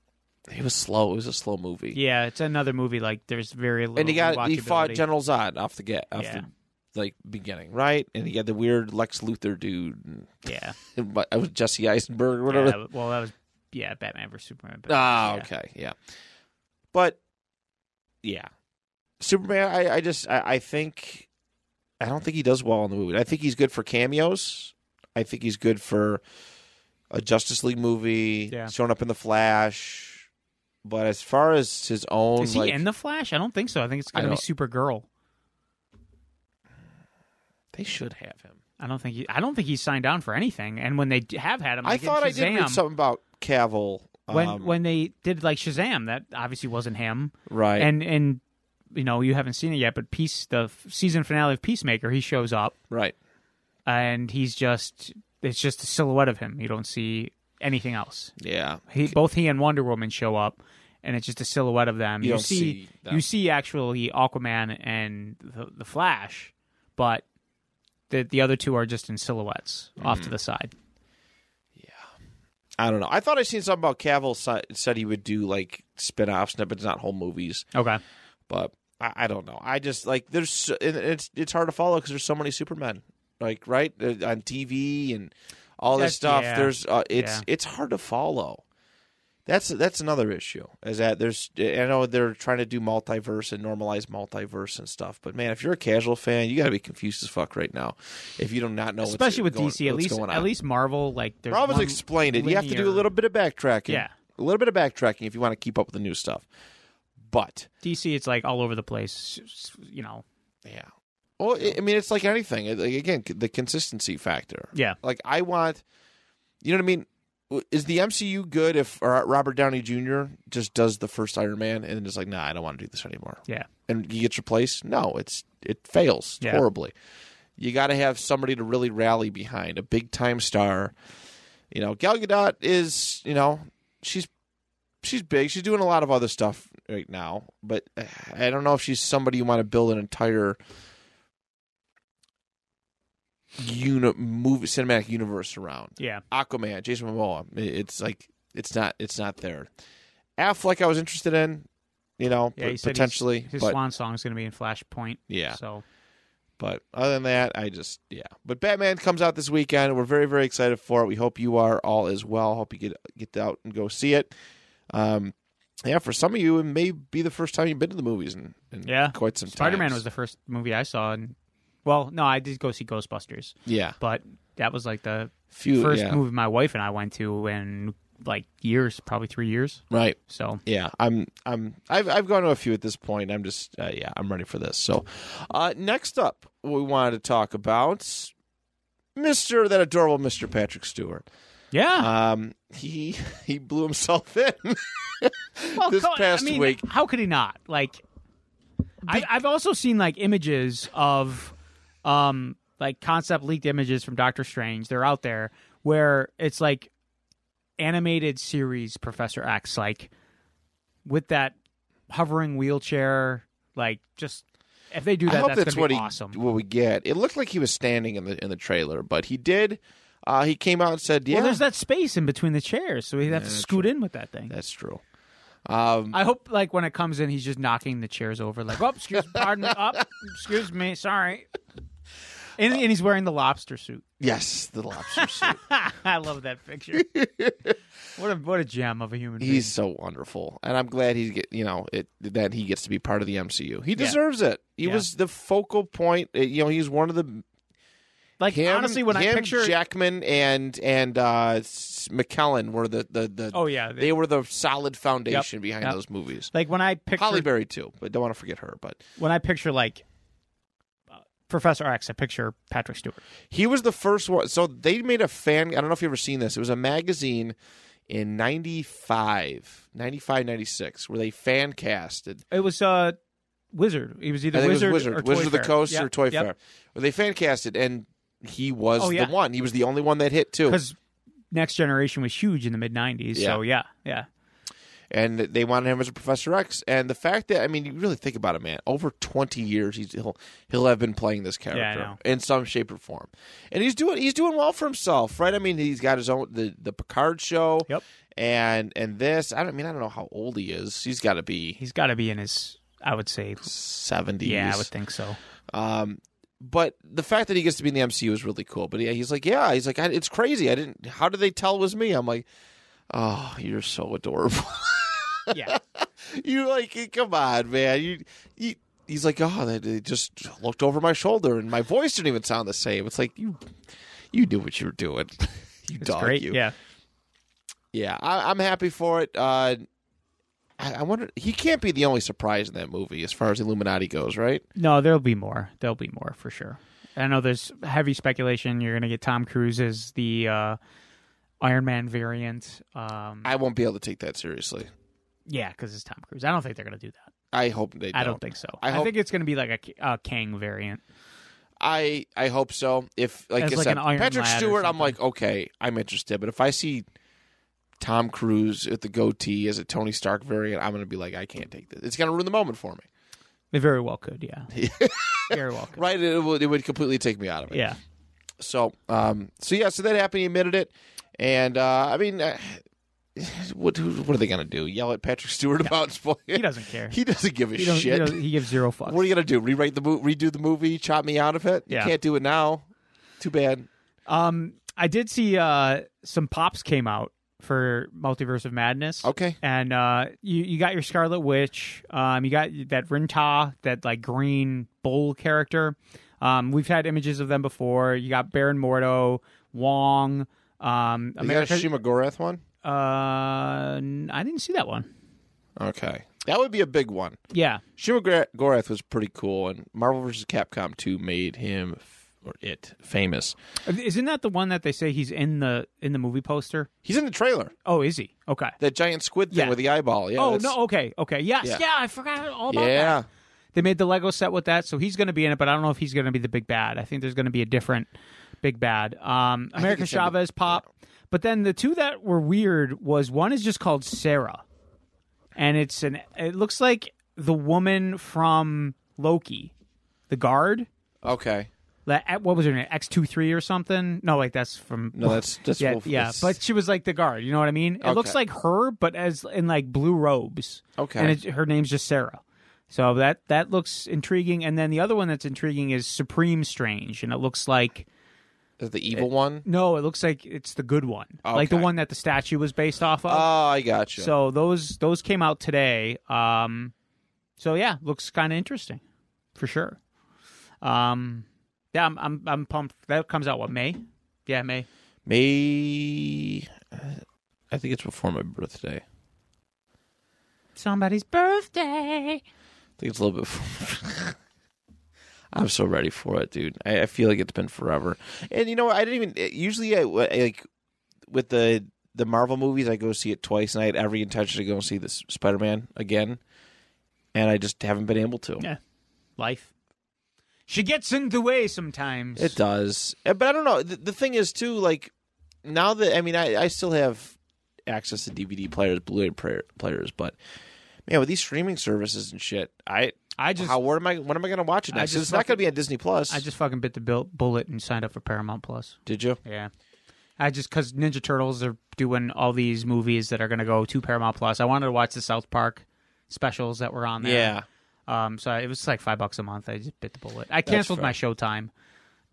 Speaker 1: it was slow. It was a slow movie.
Speaker 2: yeah, it's another movie like there's very little.
Speaker 1: and he got he fought
Speaker 2: rewatchability.
Speaker 1: General Zod off the get off
Speaker 2: Yeah.
Speaker 1: the like beginning, right? And he got the weird Lex Luthor dude.
Speaker 2: Yeah,
Speaker 1: And, but I was Jesse Eisenberg or
Speaker 2: Yeah,
Speaker 1: whatever.
Speaker 2: that- well, that was yeah, Batman versus Superman. but-
Speaker 1: Ah,
Speaker 2: yeah.
Speaker 1: okay, yeah. But yeah, Superman. I, I just I, I think I don't think he does well in the movie. I think he's good for cameos. I think he's good for a Justice League movie,
Speaker 2: Yeah.
Speaker 1: showing up in the Flash. But as far as his own,
Speaker 2: Is he
Speaker 1: like,
Speaker 2: in the Flash? I don't think so. I think it's
Speaker 1: I
Speaker 2: gonna be
Speaker 1: don't-
Speaker 2: Supergirl.
Speaker 1: they should have him.
Speaker 2: I don't think he. I don't think he's signed on for anything. And when they d- have had him,
Speaker 1: I
Speaker 2: like in
Speaker 1: thought I did read
Speaker 2: Shazam,
Speaker 1: something about Cavill.
Speaker 2: when
Speaker 1: um,
Speaker 2: when they did like Shazam, that obviously wasn't him.
Speaker 1: right,
Speaker 2: And and you know you haven't seen it yet, but piece the f- season finale of Peacemaker, he shows up
Speaker 1: right.
Speaker 2: and he's just it's just a silhouette of him. You don't see anything else.
Speaker 1: Yeah,
Speaker 2: He both he and Wonder Woman show up, and it's just a silhouette of them.
Speaker 1: You
Speaker 2: You,
Speaker 1: don't
Speaker 2: see,
Speaker 1: see them.
Speaker 2: you see actually Aquaman and the, the Flash, but The the other two are just in silhouettes off
Speaker 1: Mm-hmm.
Speaker 2: to the side.
Speaker 1: I don't know. I thought I seen something about Cavill si- said he would do like spin off snippets, not whole movies.
Speaker 2: Okay.
Speaker 1: Oh, But I, I don't know. I just like there's so- and it's it's hard to follow because there's so many Supermen, like right Uh, on TV and all this
Speaker 2: That's-
Speaker 1: stuff.
Speaker 2: yeah.
Speaker 1: There's uh, it's
Speaker 2: Yeah.
Speaker 1: it's hard to follow. That's that's another issue. Is that there's I know they're trying to do multiverse and normalize multiverse and stuff, but man, if you're a casual fan, you got to be confused as fuck right now if you do not know.
Speaker 2: Especially with
Speaker 1: what's going,
Speaker 2: DC, at
Speaker 1: what's
Speaker 2: least
Speaker 1: going
Speaker 2: at
Speaker 1: on.
Speaker 2: least Marvel, like there's
Speaker 1: Rob has
Speaker 2: one
Speaker 1: explained it. You have to do a
Speaker 2: linear-
Speaker 1: little bit of backtracking.
Speaker 2: Yeah.
Speaker 1: A little bit of backtracking if you want to keep up with the new stuff. But
Speaker 2: DC, it's like all over the place. s- s- You know,
Speaker 1: yeah. Well, I- I mean, it's like anything. It- like, Again, c- the consistency factor.
Speaker 2: yeah,
Speaker 1: Like I want, you know what I mean. W- Is the MCU good if or Robert Downey Jr. just does the first Iron Man and then is like, nah, I don't want to do this anymore,
Speaker 2: yeah,
Speaker 1: and he gets replaced? No, it's it fails
Speaker 2: Yeah.
Speaker 1: horribly. You got to have somebody to really rally behind a big time star. You know, Gal Gadot is you know she's she's big. She's doing a lot of other stuff right now, but uh, I don't know if she's somebody you want to build an entire uni- movie cinematic universe around.
Speaker 2: yeah.
Speaker 1: Aquaman, Jason Momoa. I- It's like it's not it's not there. Affleck, I was interested in, you know,
Speaker 2: Yeah,
Speaker 1: p-
Speaker 2: he said he's-
Speaker 1: potentially,
Speaker 2: His
Speaker 1: but
Speaker 2: swan song is going to be in Flashpoint.
Speaker 1: yeah.
Speaker 2: So
Speaker 1: But other than that, I just yeah. But Batman comes out this weekend. We're very very excited for it. We hope you are all as well. Hope you get get out and go see it. Um, yeah, for some of you, it may be the first time you've been to the movies in, in
Speaker 2: Yeah.
Speaker 1: quite some time.
Speaker 2: Spider Man was the first movie I saw, and well, no, I did go see Ghostbusters,
Speaker 1: yeah,
Speaker 2: but that was like the
Speaker 1: few
Speaker 2: first
Speaker 1: yeah.
Speaker 2: movie my wife and I went to in like years, probably three years.
Speaker 1: right.
Speaker 2: So
Speaker 1: yeah i'm i'm i've i've gone to a few at this point i'm just uh, yeah i'm ready for this so uh next up we wanted to talk about mr that adorable mr patrick stewart
Speaker 2: yeah,
Speaker 1: um he he blew himself in
Speaker 2: Well,
Speaker 1: this
Speaker 2: come on,
Speaker 1: past
Speaker 2: I mean,
Speaker 1: week-
Speaker 2: how could he not? Like, I, I've also seen like images of, um, like concept leaked images from Doctor Strange. They're out there where it's like animated series Professor X, like with that hovering wheelchair, like just. If they do that,
Speaker 1: I hope
Speaker 2: that's,
Speaker 1: that's,
Speaker 2: gonna
Speaker 1: what
Speaker 2: be
Speaker 1: he
Speaker 2: awesome.
Speaker 1: what we get. It looked like he was standing in the in the trailer, but he did. Uh, he came out and said, "Yeah,
Speaker 2: Well, there's that space in between the chairs, so he'd have to scoot in with that thing.
Speaker 1: that's true." Um,
Speaker 2: I hope, like, when it comes in, he's just knocking the chairs over, like, oh, excuse, pardon, up, excuse me, sorry. And, and he's wearing the lobster suit.
Speaker 1: yes, the lobster suit.
Speaker 2: I love that picture. what a what a gem of a human being.
Speaker 1: He's so wonderful, and I'm glad he's get you know it that he gets to be part of the MCU. He deserves it. He
Speaker 2: Yeah.
Speaker 1: was the focal point. uh, You know, he's one of the
Speaker 2: Like,
Speaker 1: him,
Speaker 2: honestly, when I
Speaker 1: him,
Speaker 2: picture,
Speaker 1: Jackman and and uh, S- McKellen were the the, the
Speaker 2: oh yeah,
Speaker 1: they, were the solid foundation behind
Speaker 2: yep.
Speaker 1: those movies.
Speaker 2: like when I picture
Speaker 1: Holly Berry too, but don't want to forget her. But
Speaker 2: when I picture like uh, Professor X, I picture Patrick Stewart.
Speaker 1: He was the first one. So they made a fan. I don't know if you've ever seen this. It was a magazine in 95, 95, 96, where they fan casted.
Speaker 2: It was uh, Wizard. He was either
Speaker 1: I think
Speaker 2: Wizard,
Speaker 1: it was Wizard,
Speaker 2: or Toy
Speaker 1: Wizard of the
Speaker 2: Fair.
Speaker 1: Coast
Speaker 2: Yep,
Speaker 1: or Toy
Speaker 2: yep.
Speaker 1: Fair. Where they fan casted, and he was
Speaker 2: Oh, yeah.
Speaker 1: the one. He was the only one that hit, too.
Speaker 2: because Next Generation was huge in the mid '90s. So yeah, yeah,
Speaker 1: And they wanted him as a Professor X. And the fact that, I mean, you really think about it, man. Over 20 years, he's, he'll he'll have been playing this character
Speaker 2: know.
Speaker 1: in some shape or form. And he's doing he's doing well for himself, right? I mean, he's got his own, the, the Picard show.
Speaker 2: yep.
Speaker 1: and and this I don't I mean I don't know how old he is. He's got to be
Speaker 2: He's got to be in his, I would say,
Speaker 1: seventies.
Speaker 2: yeah, I would think so.
Speaker 1: um, but the fact that he gets to be in the MCU is really cool. But yeah, he's like, yeah, he's like, I, it's crazy. I didn't. How did they tell it was me? I'm like, oh, you're so adorable.
Speaker 2: Yeah,
Speaker 1: you like, come on, man. You, you he's like, oh, they, they just looked over my shoulder and my voice didn't even sound the same. It's like you, you knew what you were doing. you
Speaker 2: it's
Speaker 1: dog,
Speaker 2: great.
Speaker 1: you.
Speaker 2: Yeah,
Speaker 1: Yeah, I, I'm happy for it. Uh, I, I wonder he can't be the only surprise in that movie as far as Illuminati goes, right?
Speaker 2: no, there'll be more. There'll be more for sure. I know there's heavy speculation. You're going to get Tom Cruise as the uh, Iron Man variant. Um,
Speaker 1: I won't be able to take that seriously.
Speaker 2: yeah, because it's Tom Cruise. I don't think they're going to do that.
Speaker 1: I hope they. Don't.
Speaker 2: I don't think so.
Speaker 1: I
Speaker 2: I,
Speaker 1: hope-
Speaker 2: think it's going to be like a, K- a Kang variant.
Speaker 1: I I hope so. If like
Speaker 2: As
Speaker 1: I
Speaker 2: like
Speaker 1: said,
Speaker 2: an Iron
Speaker 1: Patrick
Speaker 2: Lad or
Speaker 1: Stewart, I'm
Speaker 2: something.
Speaker 1: like okay, I'm interested. But if I see Tom Cruise with the goatee as a Tony Stark variant, I'm gonna be like, I can't take this. It's gonna ruin the moment for me.
Speaker 2: They very well could, yeah. very well could.
Speaker 1: Right? It would, it would completely take me out of it.
Speaker 2: Yeah.
Speaker 1: So, um, so yeah, so that happened. He admitted it, and uh, I mean, uh, what who- what are they gonna do? Yell at Patrick Stewart about spoiling?
Speaker 2: He doesn't care.
Speaker 1: He doesn't give a
Speaker 2: He, don't- he,
Speaker 1: shit.
Speaker 2: doesn't- he gives zero fucks.
Speaker 1: what are you gonna do? Rewrite the mo- redo the movie? Chop me out of it?
Speaker 2: Yeah.
Speaker 1: You can't do it now. Too bad.
Speaker 2: Um, I did see uh, some pops came out for Multiverse of Madness.
Speaker 1: Okay.
Speaker 2: And uh, you you got your Scarlet Witch. Um, you got that Rinta, that like green bull character. Um, we've had images of them before. You got Baron Mordo, Wong. Um,
Speaker 1: You got a
Speaker 2: America.
Speaker 1: Shima Gorath one?
Speaker 2: uh, n- I didn't see that one.
Speaker 1: Okay, that would be a big one.
Speaker 2: Yeah,
Speaker 1: Shima Gor- Gorath was pretty cool, and Marvel vs. Capcom 2 made him f- or it famous.
Speaker 2: isn't that the one that they say he's in the in the movie poster?
Speaker 1: He's in the trailer.
Speaker 2: Oh, is he? Okay.
Speaker 1: That giant squid thing
Speaker 2: Yeah.
Speaker 1: with the eyeball. Yeah.
Speaker 2: oh
Speaker 1: that's-
Speaker 2: no. Okay. Okay. Yes.
Speaker 1: Yeah.
Speaker 2: Yeah. I forgot all about that.
Speaker 1: Yeah.
Speaker 2: They made the Lego set with that, so he's going to be in it. But I don't know if he's going to be the big bad. I think there's going to be a different big bad. Um, America
Speaker 1: it's gonna be-
Speaker 2: Chavez pop. But then the two that were weird was one is just called Sarah, and it's an it looks like the woman from Loki, the guard.
Speaker 1: Okay.
Speaker 2: That what was her name? X 23 or something? No, like that's from
Speaker 1: No, that's that's
Speaker 2: yeah,
Speaker 1: Wolf-
Speaker 2: yeah.
Speaker 1: that's-
Speaker 2: But she was like the guard. You know what I mean? It looks
Speaker 1: Okay.
Speaker 2: like her, but as in like blue robes.
Speaker 1: Okay.
Speaker 2: And it, her name's just Sarah. So that that looks intriguing. And then the other one that's intriguing is Supreme Strange, and it looks like
Speaker 1: Is the evil one.
Speaker 2: no, it looks like it's the good one, like the
Speaker 1: Okay.
Speaker 2: one that the statue was based off of.
Speaker 1: Oh, I gotcha.
Speaker 2: Uh, so those those came out today. Um, so yeah, looks kind of interesting, for sure. Um, yeah, I'm, I'm I'm pumped. That comes out what May? Yeah, May.
Speaker 1: May. uh, I think it's before my birthday. I
Speaker 2: Somebody's birthday.
Speaker 1: think it's a little bit. Before. I'm so ready for it, dude. I, I feel like it's been forever. And you know, what? I didn't even. Usually, I, I, like with the the Marvel movies, I go see it twice, and I had every intention to go and see this Spider Man again, and I just haven't been able to.
Speaker 2: Yeah. Life. She gets in the way sometimes.
Speaker 1: It does, Uh, but I don't know. The, the thing is, too, like now that I mean, I, I still have access to DVD players, Blu-ray player, players, but man, with these streaming services and shit, I
Speaker 2: I just
Speaker 1: how where am I when am I going to watch it
Speaker 2: I
Speaker 1: next?
Speaker 2: just
Speaker 1: It's not
Speaker 2: fucking-
Speaker 1: going to be on Disney Plus.
Speaker 2: I just fucking bit the bill- bullet and signed up for Paramount Plus.
Speaker 1: did you?
Speaker 2: Yeah. I just cuz Ninja Turtles are doing all these movies that are going to go to Paramount Plus. I wanted to watch the South Park specials that were on there.
Speaker 1: Yeah,
Speaker 2: Um so it was like 5 bucks a month. I just bit the bullet. I canceled
Speaker 1: fair.
Speaker 2: my Showtime,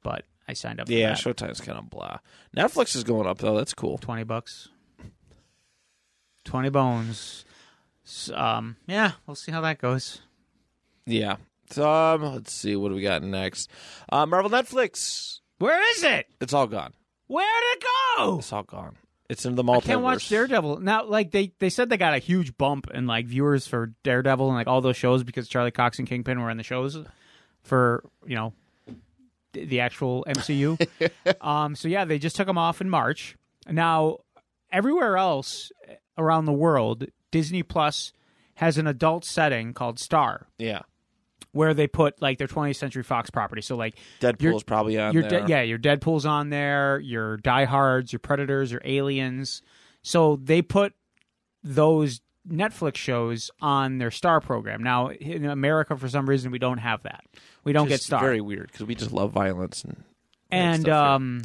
Speaker 2: but I signed up for
Speaker 1: yeah.
Speaker 2: that.
Speaker 1: Showtime's kind of blah. Netflix is going up though. That's cool.
Speaker 2: 20 bucks. 20 bones. S- Um yeah, we'll see how that goes.
Speaker 1: Yeah. So um, let's see what do we got next. Uh, Marvel Netflix.
Speaker 2: Where is it?
Speaker 1: It's all gone.
Speaker 2: Where did it go?
Speaker 1: It's all gone. It's in the multiverse.
Speaker 2: Can't watch Daredevil now. Like they, they said they got a huge bump in like viewers for Daredevil and like all those shows because Charlie Cox and Kingpin were in the shows for you know th- the actual MCU. um, so yeah, they just took them off in March. Now everywhere else around the world, Disney Plus has an adult setting called Star
Speaker 1: Yeah.
Speaker 2: where they put like their 20th Century Fox property. So like
Speaker 1: Deadpool's probably on
Speaker 2: your
Speaker 1: there.
Speaker 2: De- yeah, your Deadpool's on there, your Diehards, your Predators, your Aliens. So they put those Netflix shows on their Star program. Now in America, for some reason, we don't have that. We don't get
Speaker 1: Just
Speaker 2: Star.
Speaker 1: Very weird because we just love violence and
Speaker 2: and
Speaker 1: stuff, yeah.
Speaker 2: um,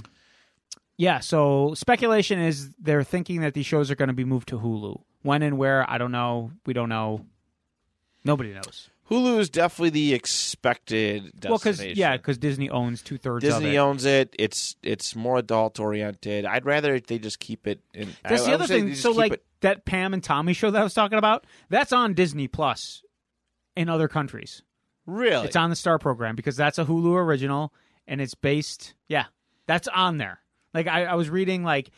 Speaker 2: yeah. So speculation is they're thinking that these shows are going to be moved to Hulu. When and where, I don't know. We don't know. Nobody knows.
Speaker 1: Hulu is definitely the expected destination.
Speaker 2: Well, because yeah, because Disney owns two thirds of it.
Speaker 1: Disney owns it. It's it's more adult oriented. I'd rather they just keep it. In,
Speaker 2: That's
Speaker 1: I- I
Speaker 2: the
Speaker 1: would
Speaker 2: other
Speaker 1: say they
Speaker 2: thing.
Speaker 1: just
Speaker 2: So
Speaker 1: keep
Speaker 2: like
Speaker 1: it-
Speaker 2: that Pam and Tommy show that I was talking about, that's on Disney Plus in other countries.
Speaker 1: really,
Speaker 2: It's on the Star program because that's a Hulu original and it's based yeah. That's on there. Like I, I was reading like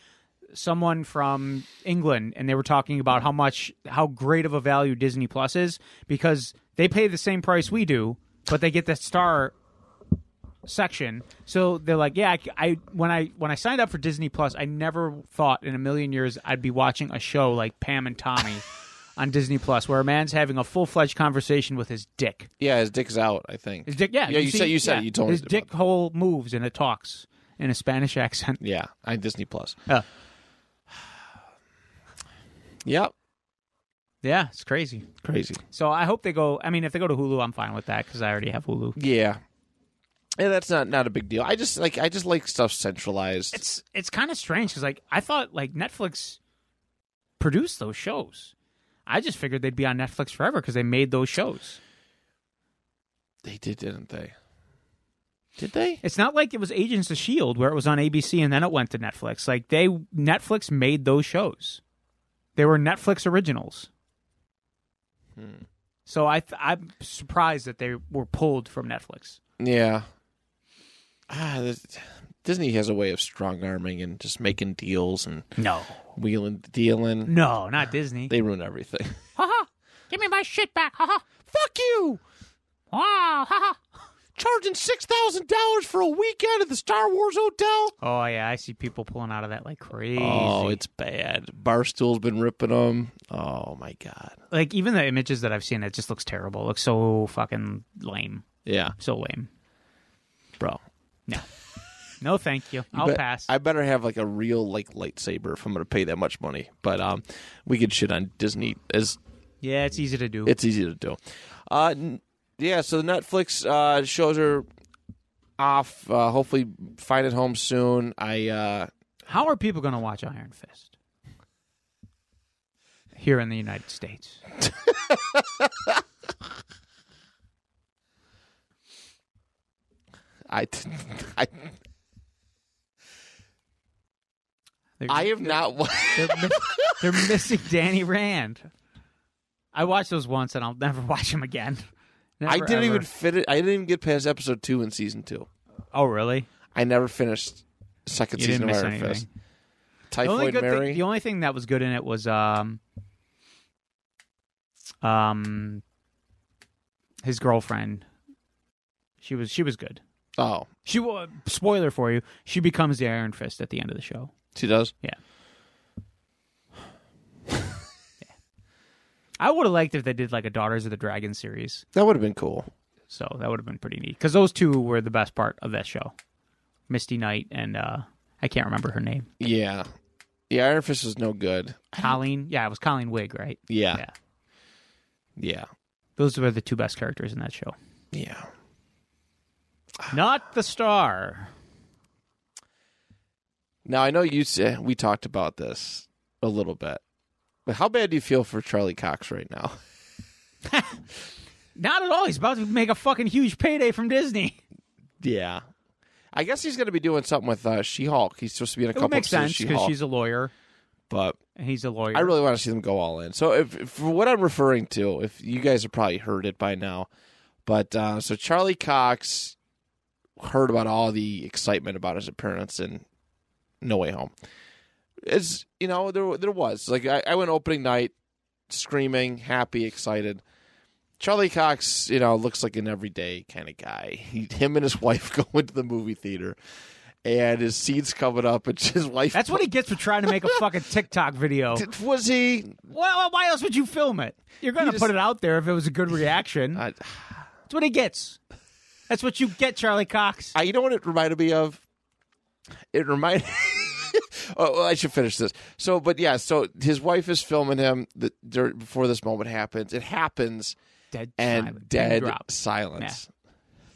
Speaker 2: someone from England and they were talking about how much how great of a value Disney Plus is because they pay the same price we do, but they get the star section. So they're like, yeah, I, I- when I when I signed up for Disney Plus, I never thought in a million years I'd be watching a show like Pam and Tommy on Disney Plus where a man's having a full-fledged conversation with his dick.
Speaker 1: yeah, his dick's out. I think.
Speaker 2: His dick, yeah.
Speaker 1: Yeah, you
Speaker 2: see-
Speaker 1: said- you said-
Speaker 2: yeah.
Speaker 1: you told me
Speaker 2: his
Speaker 1: about
Speaker 2: dick hole moves and it talks in a Spanish accent.
Speaker 1: yeah, on Disney Plus.
Speaker 2: Uh,
Speaker 1: Yep.
Speaker 2: Yeah, it's crazy.
Speaker 1: Crazy.
Speaker 2: So I hope they go. I mean, if they go to Hulu, I'm fine with that because I already have Hulu.
Speaker 1: Yeah. Yeah, that's not not a big deal. I just like I just like stuff centralized.
Speaker 2: It's it's kind of strange because like I thought like Netflix produced those shows. I just figured they'd be on Netflix forever because they made those shows.
Speaker 1: they did, didn't they? Did they?
Speaker 2: It's not like it was Agents of Shield E where it was on ABC and then it went to Netflix. Like they Netflix made those shows. They were Netflix originals.
Speaker 1: Hmm.
Speaker 2: So I th- I'm surprised that they were pulled from Netflix.
Speaker 1: Yeah. Ah, this, Disney has a way of strong arming and just making deals and
Speaker 2: No,
Speaker 1: wheeling, dealing.
Speaker 2: no, not Disney.
Speaker 1: They ruin everything.
Speaker 2: Ha ha! Give me my shit back! Ha ha!
Speaker 1: Fuck you!
Speaker 2: Wow! Ha ha!
Speaker 1: Charging six thousand dollars for a weekend at the Star Wars hotel.
Speaker 2: Oh yeah, I see people pulling out of that like crazy.
Speaker 1: Oh, it's bad. Barstool's been ripping them. Oh my god.
Speaker 2: like even the images that I've seen, it just looks terrible. It looks so fucking lame.
Speaker 1: Yeah,
Speaker 2: So lame.
Speaker 1: bro.
Speaker 2: No, no, thank you. I'll
Speaker 1: But
Speaker 2: pass.
Speaker 1: I better have like a real like lightsaber if I'm going to pay that much money. But um, we could shit on Disney as
Speaker 2: yeah, it's easy to do.
Speaker 1: It's easy to do. Uh, n- yeah, so the Netflix uh, shows are off. Uh, hopefully, find it home soon. I uh,
Speaker 2: How are people going to watch Iron Fist here in the United States?
Speaker 1: I, I,
Speaker 2: They're,
Speaker 1: I have not. wa-
Speaker 2: they're, miss- they're missing Danny Rand. I watched those once, and I'll never watch them again.
Speaker 1: I
Speaker 2: Never,
Speaker 1: didn't
Speaker 2: ever.
Speaker 1: even fit it. I didn't even get past episode two in season two.
Speaker 2: Oh, really?
Speaker 1: I never finished second
Speaker 2: You
Speaker 1: season
Speaker 2: didn't
Speaker 1: of
Speaker 2: miss
Speaker 1: Iron
Speaker 2: anything.
Speaker 1: Fist.
Speaker 2: The only,
Speaker 1: Typhoid
Speaker 2: good
Speaker 1: Mary.
Speaker 2: Thing, the only thing that was good in it was um, um, his girlfriend. She was she was good.
Speaker 1: oh,
Speaker 2: She wa- spoiler for you. She becomes the Iron Fist at the end of the show.
Speaker 1: she does.
Speaker 2: I would have liked if they did like a Daughters of the Dragon series.
Speaker 1: That would have been cool.
Speaker 2: So that would have been pretty neat because those two were the best part of that show, Misty Knight and uh, I can't remember her name.
Speaker 1: Yeah, the Iron Fist was no good.
Speaker 2: Colleen, yeah, it was Colleen Wig, right?
Speaker 1: Yeah,
Speaker 2: Yeah.
Speaker 1: yeah,
Speaker 2: Those were the two best characters in that show.
Speaker 1: yeah.
Speaker 2: Not the star.
Speaker 1: Now I know you said we talked about this a little bit, but how bad do you feel for Charlie Cox right now?
Speaker 2: Not at all. He's about to make a fucking huge payday from Disney.
Speaker 1: Yeah, I guess he's going to be doing something with uh, She-Hulk. He's supposed to be in a
Speaker 2: It
Speaker 1: couple
Speaker 2: would make
Speaker 1: episodes of
Speaker 2: sense because
Speaker 1: She-Hulk,
Speaker 2: she's a lawyer
Speaker 1: but
Speaker 2: and he's a lawyer.
Speaker 1: I really want to see them go all in. So, if, if- for what I'm referring to, if you guys have probably heard it by now, but uh, so Charlie Cox heard about all the excitement about his appearance in No Way Home. It's you know there there was like I, I went opening night screaming, happy, excited. Charlie Cox, you know, looks like an everyday kind of guy. He, him and his wife go into the movie theater, and his seat's coming up, and his wife.
Speaker 2: That's what he gets for trying to make a fucking TikTok video.
Speaker 1: was he
Speaker 2: Well, why else would you film it? You're going to
Speaker 1: just-
Speaker 2: put it out there if it was a good reaction.
Speaker 1: I-
Speaker 2: That's what he gets. That's what you get, Charlie Cox.
Speaker 1: I, you know what it reminded me of? It reminded. oh, well, I should finish this. So, but yeah, so his wife is filming him the, dur before this moment happens. It happens
Speaker 2: dead
Speaker 1: and
Speaker 2: silent.
Speaker 1: dead
Speaker 2: drops.
Speaker 1: silence.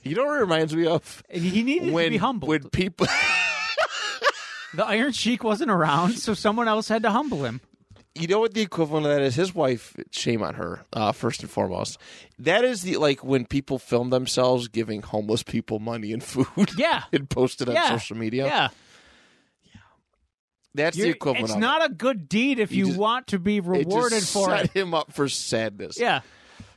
Speaker 1: You know what it reminds me of?
Speaker 2: And he needed to
Speaker 1: When
Speaker 2: be humbled.
Speaker 1: when people
Speaker 2: The Iron Sheik wasn't around, so someone else had to humble him.
Speaker 1: you know what the equivalent of that is? His wife, shame on her, uh, first and foremost. That is the like when people film themselves giving homeless people money and food
Speaker 2: Yeah.
Speaker 1: and post it on
Speaker 2: Yeah.
Speaker 1: social media.
Speaker 2: Yeah.
Speaker 1: That's the
Speaker 2: You're-
Speaker 1: equivalent
Speaker 2: it's
Speaker 1: of
Speaker 2: not a good deed if
Speaker 1: You
Speaker 2: you,
Speaker 1: just-
Speaker 2: want to be
Speaker 1: it. It just
Speaker 2: rewarded for
Speaker 1: set
Speaker 2: it.
Speaker 1: him up for sadness.
Speaker 2: Yeah.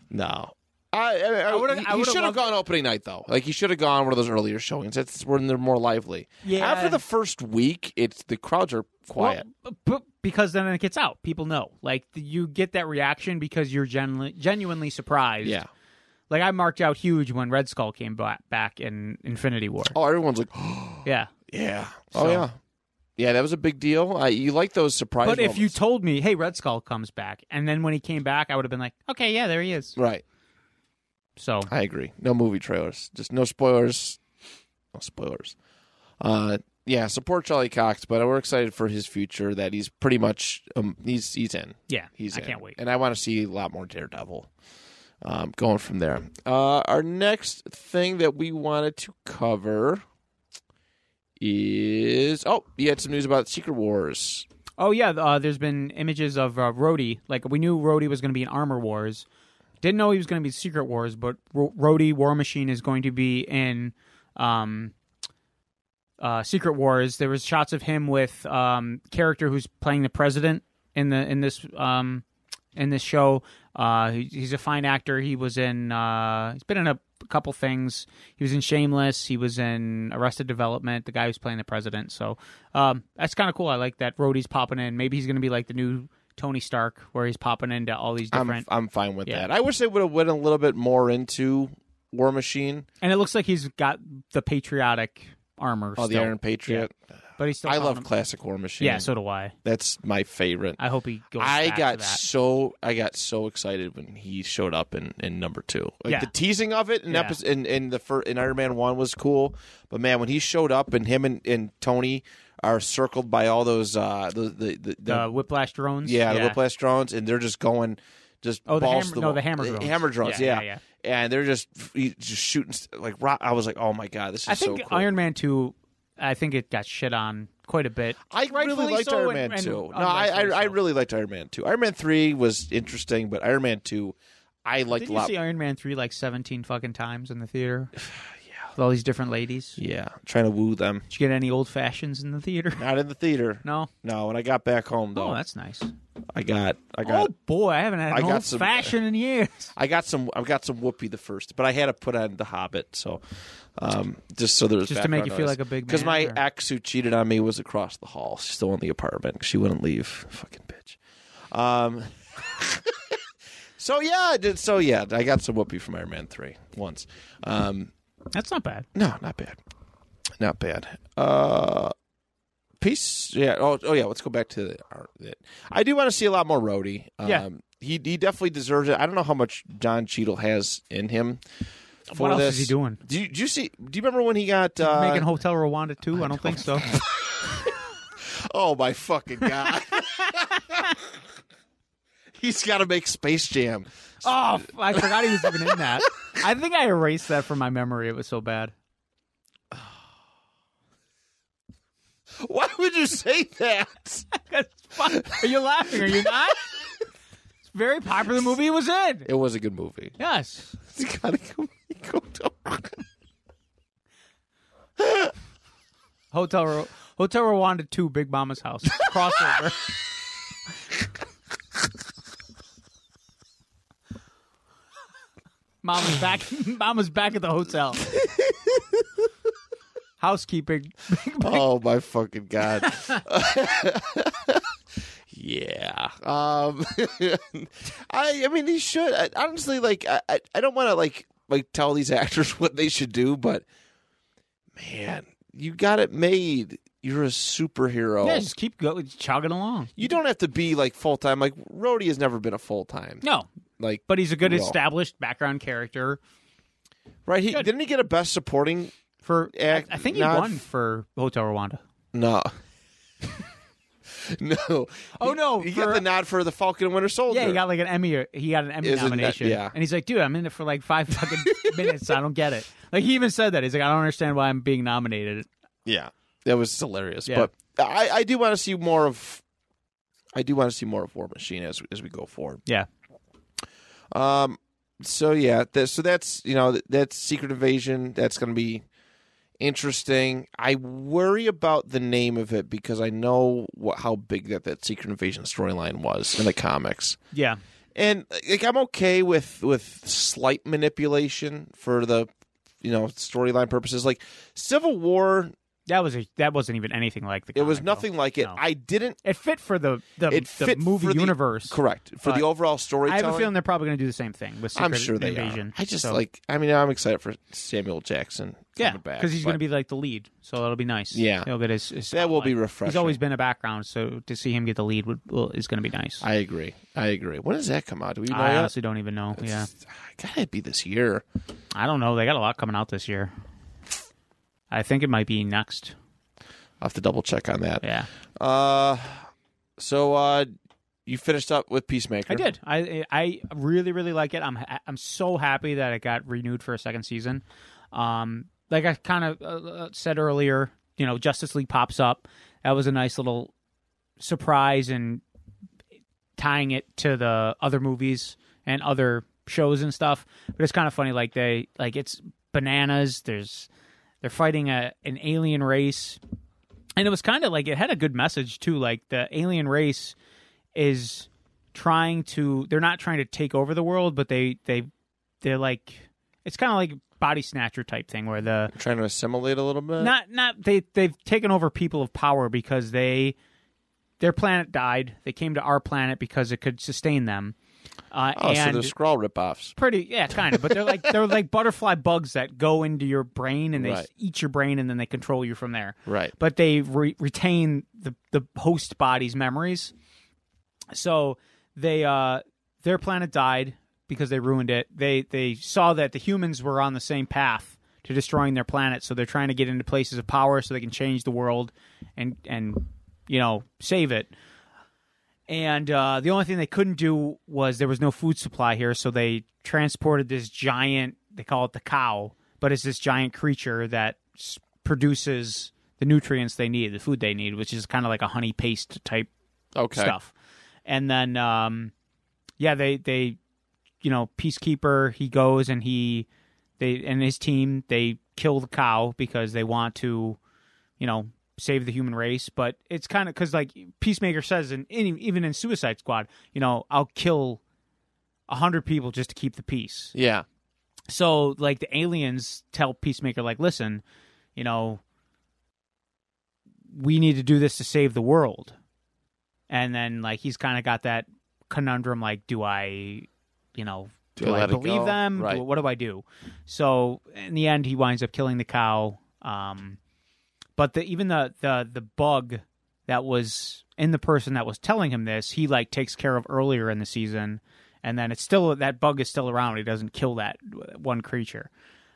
Speaker 1: No. I, I, I,
Speaker 2: would've-
Speaker 1: he-
Speaker 2: I
Speaker 1: he
Speaker 2: would've
Speaker 1: should have
Speaker 2: loved-
Speaker 1: gone opening night though. Like he should have gone one of those earlier showings. That's when they're more lively.
Speaker 2: Yeah.
Speaker 1: After the first week, it's the crowds are quiet.
Speaker 2: Well, b- b- because then it gets out. People know. Like th- you get that reaction because you're genu- genuinely surprised.
Speaker 1: yeah.
Speaker 2: Like I marked out huge when Red Skull came ba- back in Infinity War.
Speaker 1: Oh, everyone's like,
Speaker 2: Yeah.
Speaker 1: yeah. Oh
Speaker 2: So-
Speaker 1: yeah. Yeah, that was a big deal. I, you like those surprise.
Speaker 2: But if you
Speaker 1: moments.
Speaker 2: told me, "Hey, Red Skull comes back," and then when he came back, I would have been like, "Okay, yeah, there he is."
Speaker 1: right,
Speaker 2: So
Speaker 1: I agree. No movie trailers, just no spoilers. No spoilers. Uh, yeah, support Charlie Cox, but we're excited for his future. That he's pretty much um, he's he's in.
Speaker 2: Yeah,
Speaker 1: He's
Speaker 2: I
Speaker 1: in.
Speaker 2: can't wait.
Speaker 1: and I want to see a lot more Daredevil. Um, going from there. Uh, our next thing that we wanted to cover is oh, you had some news about Secret Wars.
Speaker 2: Oh yeah, uh, there's been images of uh, Rhodey. Like we knew Rhodey was going to be in Armor Wars. Didn't know he was going to be Secret Wars, but Ro- Rhodey War Machine is going to be in um, uh, Secret Wars. There was shots of him with um, character who's playing the president in the in this um, in this show. Uh, he, he's a fine actor. He was in. Uh, he's been in a couple things. He was in Shameless. He was in Arrested Development. The guy who's playing the president. So um, that's kind of cool. I like that. Rhodey's popping in. Maybe he's going to be like the new Tony Stark, where he's popping into all these
Speaker 1: I'm
Speaker 2: different.
Speaker 1: I'm fine with
Speaker 2: Yeah.
Speaker 1: that. I wish they would have went a little bit more into War Machine.
Speaker 2: and it looks like he's got the patriotic armor.
Speaker 1: Oh, the
Speaker 2: still,
Speaker 1: Iron Patriot.
Speaker 2: But he's still.
Speaker 1: I
Speaker 2: calling
Speaker 1: love
Speaker 2: him-
Speaker 1: classic War Machine.
Speaker 2: Yeah, so do I.
Speaker 1: that's my favorite.
Speaker 2: I hope he goes.
Speaker 1: I
Speaker 2: back to
Speaker 1: got
Speaker 2: that.
Speaker 1: so I got so excited when he showed up in, in number two. Like
Speaker 2: Yeah.
Speaker 1: the teasing of it in
Speaker 2: Yeah.
Speaker 1: episode in, in the first, in Iron Man one was cool, but man, when he showed up and him and, and Tony are circled by all those uh the the, the, the
Speaker 2: the whiplash drones.
Speaker 1: yeah, the whiplash drones and they're just going just
Speaker 2: Oh, the
Speaker 1: balls
Speaker 2: hammer-
Speaker 1: to the
Speaker 2: no,
Speaker 1: wall.
Speaker 2: the hammer drones.
Speaker 1: hammer drones
Speaker 2: Yeah,
Speaker 1: yeah,
Speaker 2: yeah,
Speaker 1: and they're just just shooting like rock. I was like oh my god this is
Speaker 2: I think
Speaker 1: so cool.
Speaker 2: Iron Man two. I think it got shit on quite a bit.
Speaker 1: I really
Speaker 2: Rightfully
Speaker 1: liked
Speaker 2: so
Speaker 1: Iron
Speaker 2: and-
Speaker 1: Man
Speaker 2: and
Speaker 1: two. No, I I,
Speaker 2: unrightfully
Speaker 1: I
Speaker 2: so.
Speaker 1: really liked Iron Man two. Iron Man three was interesting, but Iron Man two, I liked
Speaker 2: Did
Speaker 1: a
Speaker 2: you
Speaker 1: lot.
Speaker 2: see Iron Man three like seventeen fucking times in the theater? yeah, with all these different ladies.
Speaker 1: yeah, trying to woo them.
Speaker 2: Did you get any old fashions in the theater?
Speaker 1: Not in the theater.
Speaker 2: No.
Speaker 1: No, when I got back home though,
Speaker 2: Oh, that's nice.
Speaker 1: I got I
Speaker 2: Oh
Speaker 1: got
Speaker 2: boy, I haven't had an
Speaker 1: I got
Speaker 2: old
Speaker 1: some-
Speaker 2: fashion in years.
Speaker 1: I got some I got some whoopee the first, but I had to put on the Hobbit, so um just so there was
Speaker 2: Just to make you feel like a big
Speaker 1: because
Speaker 2: man,
Speaker 1: my
Speaker 2: or-
Speaker 1: ex who cheated on me was across the hall. She's still in the apartment. She wouldn't leave. Fucking bitch. Um. so yeah, I did so yeah, I got some whoopee from Iron Man three once. Um.
Speaker 2: That's not bad.
Speaker 1: No, not bad. Not bad. Uh peace. Yeah. Oh, oh yeah, let's go back to the art. I do want to see a lot more Rhodey. Um,
Speaker 2: Yeah.
Speaker 1: he he definitely deserves it. I don't know how much Don Cheadle has in him. For
Speaker 2: what else
Speaker 1: this.
Speaker 2: is he doing?
Speaker 1: Do you, do you see do you remember when he got uh,
Speaker 2: Making Hotel Rwanda too? I, don't think so.
Speaker 1: Oh my fucking god. He's got to make Space Jam.
Speaker 2: oh, f- I forgot he was even in that. I think I erased that from my memory. It was so bad.
Speaker 1: Why would you say that?
Speaker 2: Are you laughing? Are you not? It's a very popular movie he was in.
Speaker 1: It was a good movie.
Speaker 2: Yes.
Speaker 1: It's got to go, go to-
Speaker 2: Hotel Ru- Hotel Rwanda 2 Big Mama's House. Crossover. Mama's back Mama's back at the hotel. Housekeeping.
Speaker 1: oh my fucking god yeah um i i mean he should I, honestly like i i, I don't want to like like tell these actors what they should do but man you got it made you're a superhero
Speaker 2: Yeah, just keep going chugging along.
Speaker 1: you don't have to be like full-time like Rhodey has never been a full-time
Speaker 2: No.
Speaker 1: like
Speaker 2: But he's a good
Speaker 1: No.
Speaker 2: established background character
Speaker 1: right he, didn't he get a best supporting
Speaker 2: for I,
Speaker 1: Act-
Speaker 2: I think he
Speaker 1: eh, not-
Speaker 2: won for Hotel Rwanda.
Speaker 1: no no
Speaker 2: Oh, no,
Speaker 1: he, he
Speaker 2: for-
Speaker 1: got the nod for the falcon and winter soldier
Speaker 2: Yeah, he got like an Emmy. Or, he got an Emmy
Speaker 1: Isn't that-
Speaker 2: nomination.
Speaker 1: yeah.
Speaker 2: and he's like, dude, I'm in it for like five fucking minutes. I don't get it. Like he even said that. He's like, I don't understand why I'm being nominated.
Speaker 1: Yeah, that was hilarious.
Speaker 2: Yeah.
Speaker 1: But I, I do want to see more of. I do want to see more of War Machine as as we go forward.
Speaker 2: Yeah,
Speaker 1: Um. So yeah, that, so that's you know that's Secret Invasion. That's going to be interesting. I worry about the name of it because I know what how big that that Secret Invasion storyline was in the comics
Speaker 2: yeah.
Speaker 1: and like I'm okay with with slight manipulation for the you know storyline purposes. Like Civil War,
Speaker 2: That was a that wasn't even anything like the.
Speaker 1: it was
Speaker 2: comic, though.
Speaker 1: nothing like it.
Speaker 2: No.
Speaker 1: I didn't
Speaker 2: It fit for the the,
Speaker 1: It
Speaker 2: the
Speaker 1: fit
Speaker 2: movie
Speaker 1: for the-
Speaker 2: universe.
Speaker 1: Correct for the
Speaker 2: But
Speaker 1: overall
Speaker 2: I
Speaker 1: storytelling.
Speaker 2: have a feeling they're probably going to do the same thing with Secret
Speaker 1: I'm sure they
Speaker 2: Invasion.
Speaker 1: are. I just
Speaker 2: So,
Speaker 1: like. I mean, I'm excited for Samuel Jackson.
Speaker 2: yeah
Speaker 1: coming back
Speaker 2: because he's going
Speaker 1: but
Speaker 2: to be like the lead, so that'll be nice.
Speaker 1: Yeah.
Speaker 2: he'll get his, his
Speaker 1: That will be
Speaker 2: spotlight.
Speaker 1: refreshing.
Speaker 2: He's always been a background, so to see him get the lead would well, is going to be nice.
Speaker 1: I agree. I agree. When does that come out? Do we know?
Speaker 2: I
Speaker 1: yet?
Speaker 2: honestly don't even know. Yeah,
Speaker 1: gotta be this year.
Speaker 2: I don't know. They got a lot coming out this year. I think it might be next.
Speaker 1: I'll have to double check on that.
Speaker 2: Yeah,
Speaker 1: Uh, so uh, you finished up with Peacemaker.
Speaker 2: I did. I I really really like it. I'm ha- I'm so happy that it got renewed for a second season. Um, like I kind of uh, said earlier, you know, Justice League pops up. That was a nice little surprise and tying it to the other movies and other shows and stuff. But it's kind of funny, like they like it's bananas. There's they're fighting a an alien race, and it was kind of like it had a good message too. Like the alien race is trying to they're not trying to take over the world, but they they they're like it's kind of like body snatcher type thing where the
Speaker 1: Trying to assimilate a little bit.
Speaker 2: not not they they've taken over people of power because they their planet died. They came to our planet because it could sustain them. Uh,
Speaker 1: oh, so
Speaker 2: and
Speaker 1: they're scroll ripoffs.
Speaker 2: pretty yeah, kind of. But they're like they're like butterfly bugs that go into your brain and they
Speaker 1: Right.
Speaker 2: eat your brain and then they control you from there
Speaker 1: Right.
Speaker 2: but they re- retain the the host body's memories. So they uh their planet died because they ruined it. They they saw that the humans were on the same path to destroying their planet, so they're trying to get into places of power so they can change the world and and you know save it. And uh, the only thing they couldn't do was there was no food supply here, so they transported this giant. They call it the cow, but it's this giant creature that s- produces the nutrients they need, the food they need, which is kind of like a honey paste type
Speaker 1: Okay.
Speaker 2: stuff. And then, um, yeah, they they, you know, peacekeeper. He goes and he, they and his team they kill the cow because they want to, you know, save the human race. But it's kind of because like Peacemaker says, and even in Suicide Squad, you know, I'll kill a hundred people just to keep the peace
Speaker 1: Yeah.
Speaker 2: so like the aliens tell peacemaker like listen you know we need to do this to save the world and then like he's kind of got that conundrum like do i you know
Speaker 1: Do
Speaker 2: do,
Speaker 1: I
Speaker 2: i,
Speaker 1: let it
Speaker 2: believe
Speaker 1: go?
Speaker 2: them Do-
Speaker 1: Right.
Speaker 2: what do i do so in the end he winds up killing the cow um but the even the the the bug that was in the person that was telling him this he like takes care of earlier in the season and then it's still that bug is still around he doesn't kill that one creature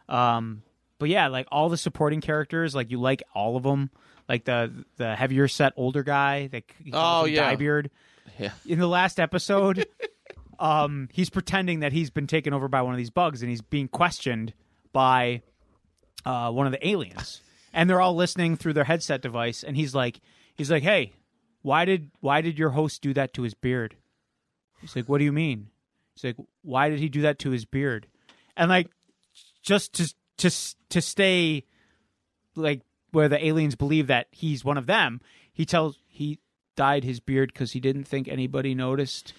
Speaker 2: um but yeah like all the supporting characters like you like all of them like the the heavier set older guy that he calls
Speaker 1: Oh,
Speaker 2: him
Speaker 1: yeah.
Speaker 2: Diebeard.
Speaker 1: Yeah.
Speaker 2: in the last episode um he's pretending that he's been taken over by one of these bugs and he's being questioned by uh, one of the aliens, and they're all listening through their headset device. And he's like, he's like, "Hey, why did why did your host do that to his beard?" He's like, "What do you mean?" He's like, "Why did he do that to his beard?" And like, just to to to stay, like where the aliens believe that he's one of them, he tells he dyed his beard because he didn't think anybody noticed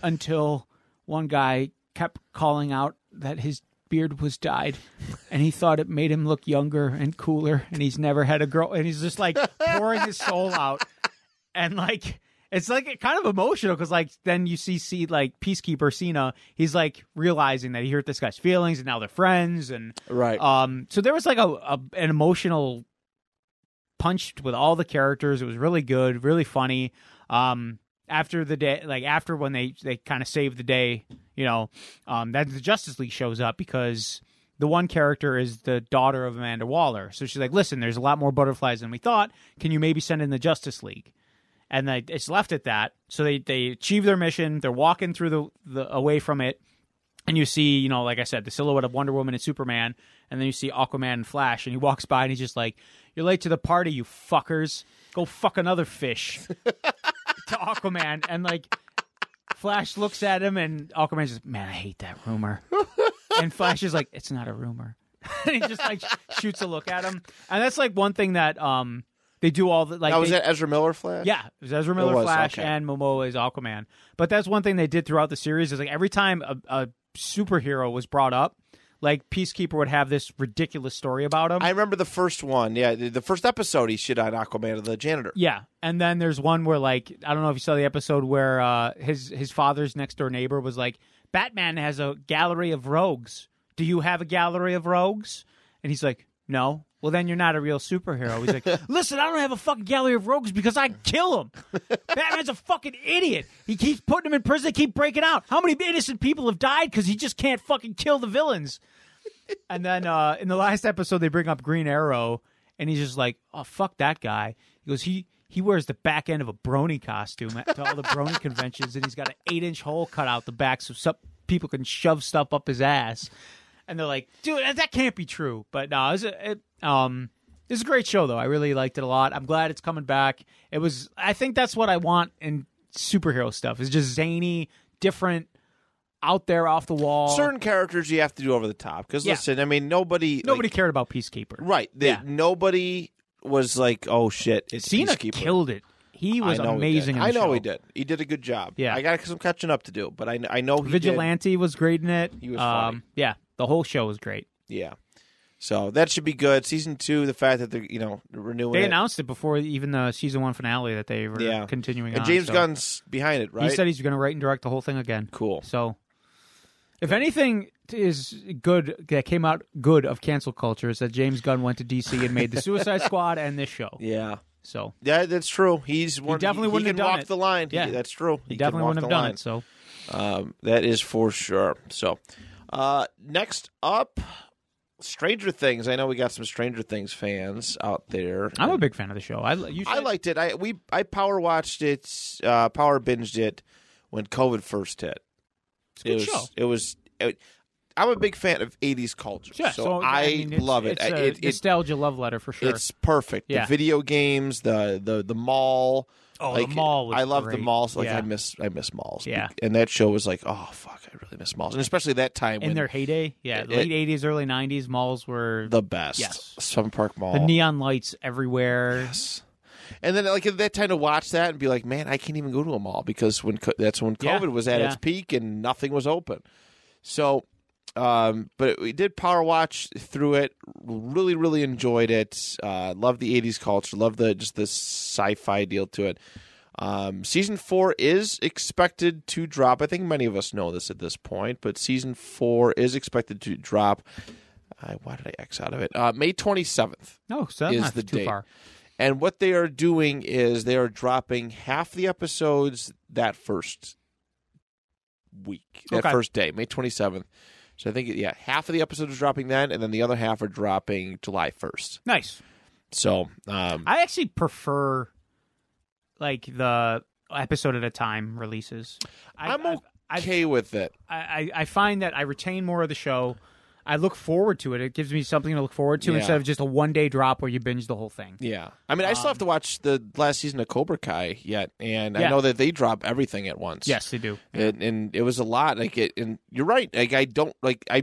Speaker 2: until one guy kept calling out that his beard was dyed and he thought it made him look younger and cooler and he's never had a girl and he's just like pouring his soul out and like it's like kind of emotional because like then you see see like peacekeeper Cena he's like realizing that he hurt this guy's feelings and now they're friends and
Speaker 1: Right.
Speaker 2: um so there was like a, a an emotional punched with all the characters it was really good really funny um after the day like after when they they kind of save the day you know um that the justice league shows up because the one character is the daughter of amanda waller so she's like listen there's a lot more butterflies than we thought can you maybe send in the justice league and they, it's left at that so they they achieve their mission they're walking through the, the away from it and you see, you know, like I said, the silhouette of Wonder Woman and Superman, and then you see Aquaman and Flash, and he walks by and he's just like, "You're late to the party, you fuckers! Go fuck another fish." to Aquaman, and like, Flash looks at him, and Aquaman's just, "Man, I hate that rumor." and Flash is like, "It's not a rumor," and he just like shoots a look at him, and that's like one thing that um they do all the like
Speaker 1: that was
Speaker 2: they-
Speaker 1: that Ezra Miller flash.
Speaker 2: yeah, it was Ezra Miller
Speaker 1: was,
Speaker 2: Flash
Speaker 1: okay.
Speaker 2: and Momoa is Aquaman. But that's one thing they did throughout the series is like every time a, a superhero was brought up, like Peacekeeper would have this ridiculous story about him.
Speaker 1: I remember the first one. Yeah, the the first episode he shit on Aquaman the janitor.
Speaker 2: yeah, and then there's one where like I don't know if you saw the episode where uh, his his father's next door neighbor was like, Batman has a gallery of rogues. Do you have a gallery of rogues? And he's like, No. Well, then you're not a real superhero. He's like, Listen, I don't have a fucking gallery of rogues because I kill him. Batman's a fucking idiot. He keeps putting him in prison. They keep breaking out. How many innocent people have died because he just can't fucking kill the villains? And then uh, in the last episode, they bring up Green Arrow, and he's just like, "Oh fuck that guy." He goes, "He he wears the back end of a brony costume at to all the brony conventions, and he's got an eight inch hole cut out the back so some people can shove stuff up his ass." And they're like, "Dude, that- that can't be true." But no, it was a, it, um, it was a great show though. I really liked it a lot. I'm glad it's coming back. It was. I think that's what I want in superhero stuff. It's just zany, different, out there, off the wall.
Speaker 1: Certain characters you have to do over the top because
Speaker 2: Yeah.
Speaker 1: listen, I mean nobody
Speaker 2: Nobody
Speaker 1: like-
Speaker 2: cared about Peacekeeper.
Speaker 1: right? they-
Speaker 2: Yeah.
Speaker 1: Nobody was like, oh shit, it's
Speaker 2: Cena
Speaker 1: Peacekeeper.
Speaker 2: killed it. He was
Speaker 1: I know he did.
Speaker 2: amazing. in the
Speaker 1: I know
Speaker 2: show.
Speaker 1: he did. He did a good job.
Speaker 2: Yeah.
Speaker 1: I got some catching up to do, but I kn- I know he did.
Speaker 2: Vigilante was great in it.
Speaker 1: He was funny.
Speaker 2: um, yeah, the whole show was great.
Speaker 1: Yeah. So that should be good. Season two, the fact that they're you know renewing
Speaker 2: They
Speaker 1: it.
Speaker 2: announced it before even the season one finale that they were
Speaker 1: Yeah.
Speaker 2: continuing
Speaker 1: and
Speaker 2: on.
Speaker 1: James
Speaker 2: so.
Speaker 1: Gunn's behind it, right?
Speaker 2: He said he's going to write and direct the whole thing again.
Speaker 1: cool.
Speaker 2: So, if anything is good that came out good of cancel culture is that James Gunn went to DC and made the Suicide Squad and this show.
Speaker 1: Yeah.
Speaker 2: So
Speaker 1: Yeah, that's true. He's one,
Speaker 2: definitely
Speaker 1: he,
Speaker 2: wouldn't
Speaker 1: he
Speaker 2: have
Speaker 1: can
Speaker 2: done
Speaker 1: walk
Speaker 2: it.
Speaker 1: the line. He-
Speaker 2: Yeah.
Speaker 1: that's true.
Speaker 2: he
Speaker 1: can
Speaker 2: definitely
Speaker 1: walk
Speaker 2: wouldn't have
Speaker 1: the
Speaker 2: done
Speaker 1: line.
Speaker 2: it. So
Speaker 1: Um, that is for sure. So, uh, next up, Stranger Things. I know we got some Stranger Things fans out there.
Speaker 2: I'm a big fan of the show. I li- you
Speaker 1: I
Speaker 2: should-
Speaker 1: liked it. I we I power watched it, uh, power binged it when COVID first hit.
Speaker 2: It's a good
Speaker 1: it was,
Speaker 2: show.
Speaker 1: It was. It, I'm a big fan of '80s culture,
Speaker 2: Yeah,
Speaker 1: so,
Speaker 2: so,
Speaker 1: I,
Speaker 2: mean, it's-
Speaker 1: love it.
Speaker 2: It's a
Speaker 1: I- it, it-
Speaker 2: nostalgia love letter for sure.
Speaker 1: It's perfect.
Speaker 2: Yeah.
Speaker 1: The video games, the the the mall.
Speaker 2: Oh, the
Speaker 1: like,
Speaker 2: mall was
Speaker 1: I love the
Speaker 2: great.
Speaker 1: malls. Like
Speaker 2: Yeah.
Speaker 1: I miss I miss malls.
Speaker 2: Yeah.
Speaker 1: and that show was like, oh fuck, I really miss malls, and especially that time
Speaker 2: in
Speaker 1: when
Speaker 2: their heyday. Yeah,
Speaker 1: It-
Speaker 2: the late '80s, early '90s malls were the,
Speaker 1: the best.
Speaker 2: Yes.
Speaker 1: Sun Park Mall.
Speaker 2: neon lights everywhere.
Speaker 1: Yes. And then, like at that time, to watch that and be like, "Man, I can't even go to a mall because when co- that's when
Speaker 2: Yeah,
Speaker 1: COVID was at
Speaker 2: yeah.
Speaker 1: its peak and nothing was open." So, um, but we did power watch through it. Really, really enjoyed it. Uh, love the '80s culture. Love the just the sci-fi deal to it. Um, season four is expected to drop. I think many of us know this at this point, but season four is expected to drop. I, why did I X out of it? Uh, May twenty seventh.
Speaker 2: No, Oh, so that's
Speaker 1: Is
Speaker 2: not
Speaker 1: the
Speaker 2: too
Speaker 1: date.
Speaker 2: far.
Speaker 1: And what they are doing is they are dropping half the episodes that first week, that
Speaker 2: Okay.
Speaker 1: first day, May 27th. So I think, yeah, half of the episodes are dropping then, and then the other half are dropping July 1st.
Speaker 2: Nice.
Speaker 1: So, um,
Speaker 2: I actually prefer like the episode at a time releases. I,
Speaker 1: I'm
Speaker 2: I, I,
Speaker 1: okay with it.
Speaker 2: I, I, I find that I retain more of the show. I look forward to it. It gives me something to look forward to
Speaker 1: Yeah.
Speaker 2: instead of just a one day drop where you binge the whole thing.
Speaker 1: Yeah. I mean, I still have to watch the last season of Cobra Kai yet, and I
Speaker 2: Um, Yeah.
Speaker 1: know that they drop everything at once.
Speaker 2: Yes, they do.
Speaker 1: and, and it was a lot. Like it, and you're right. Like I don't like I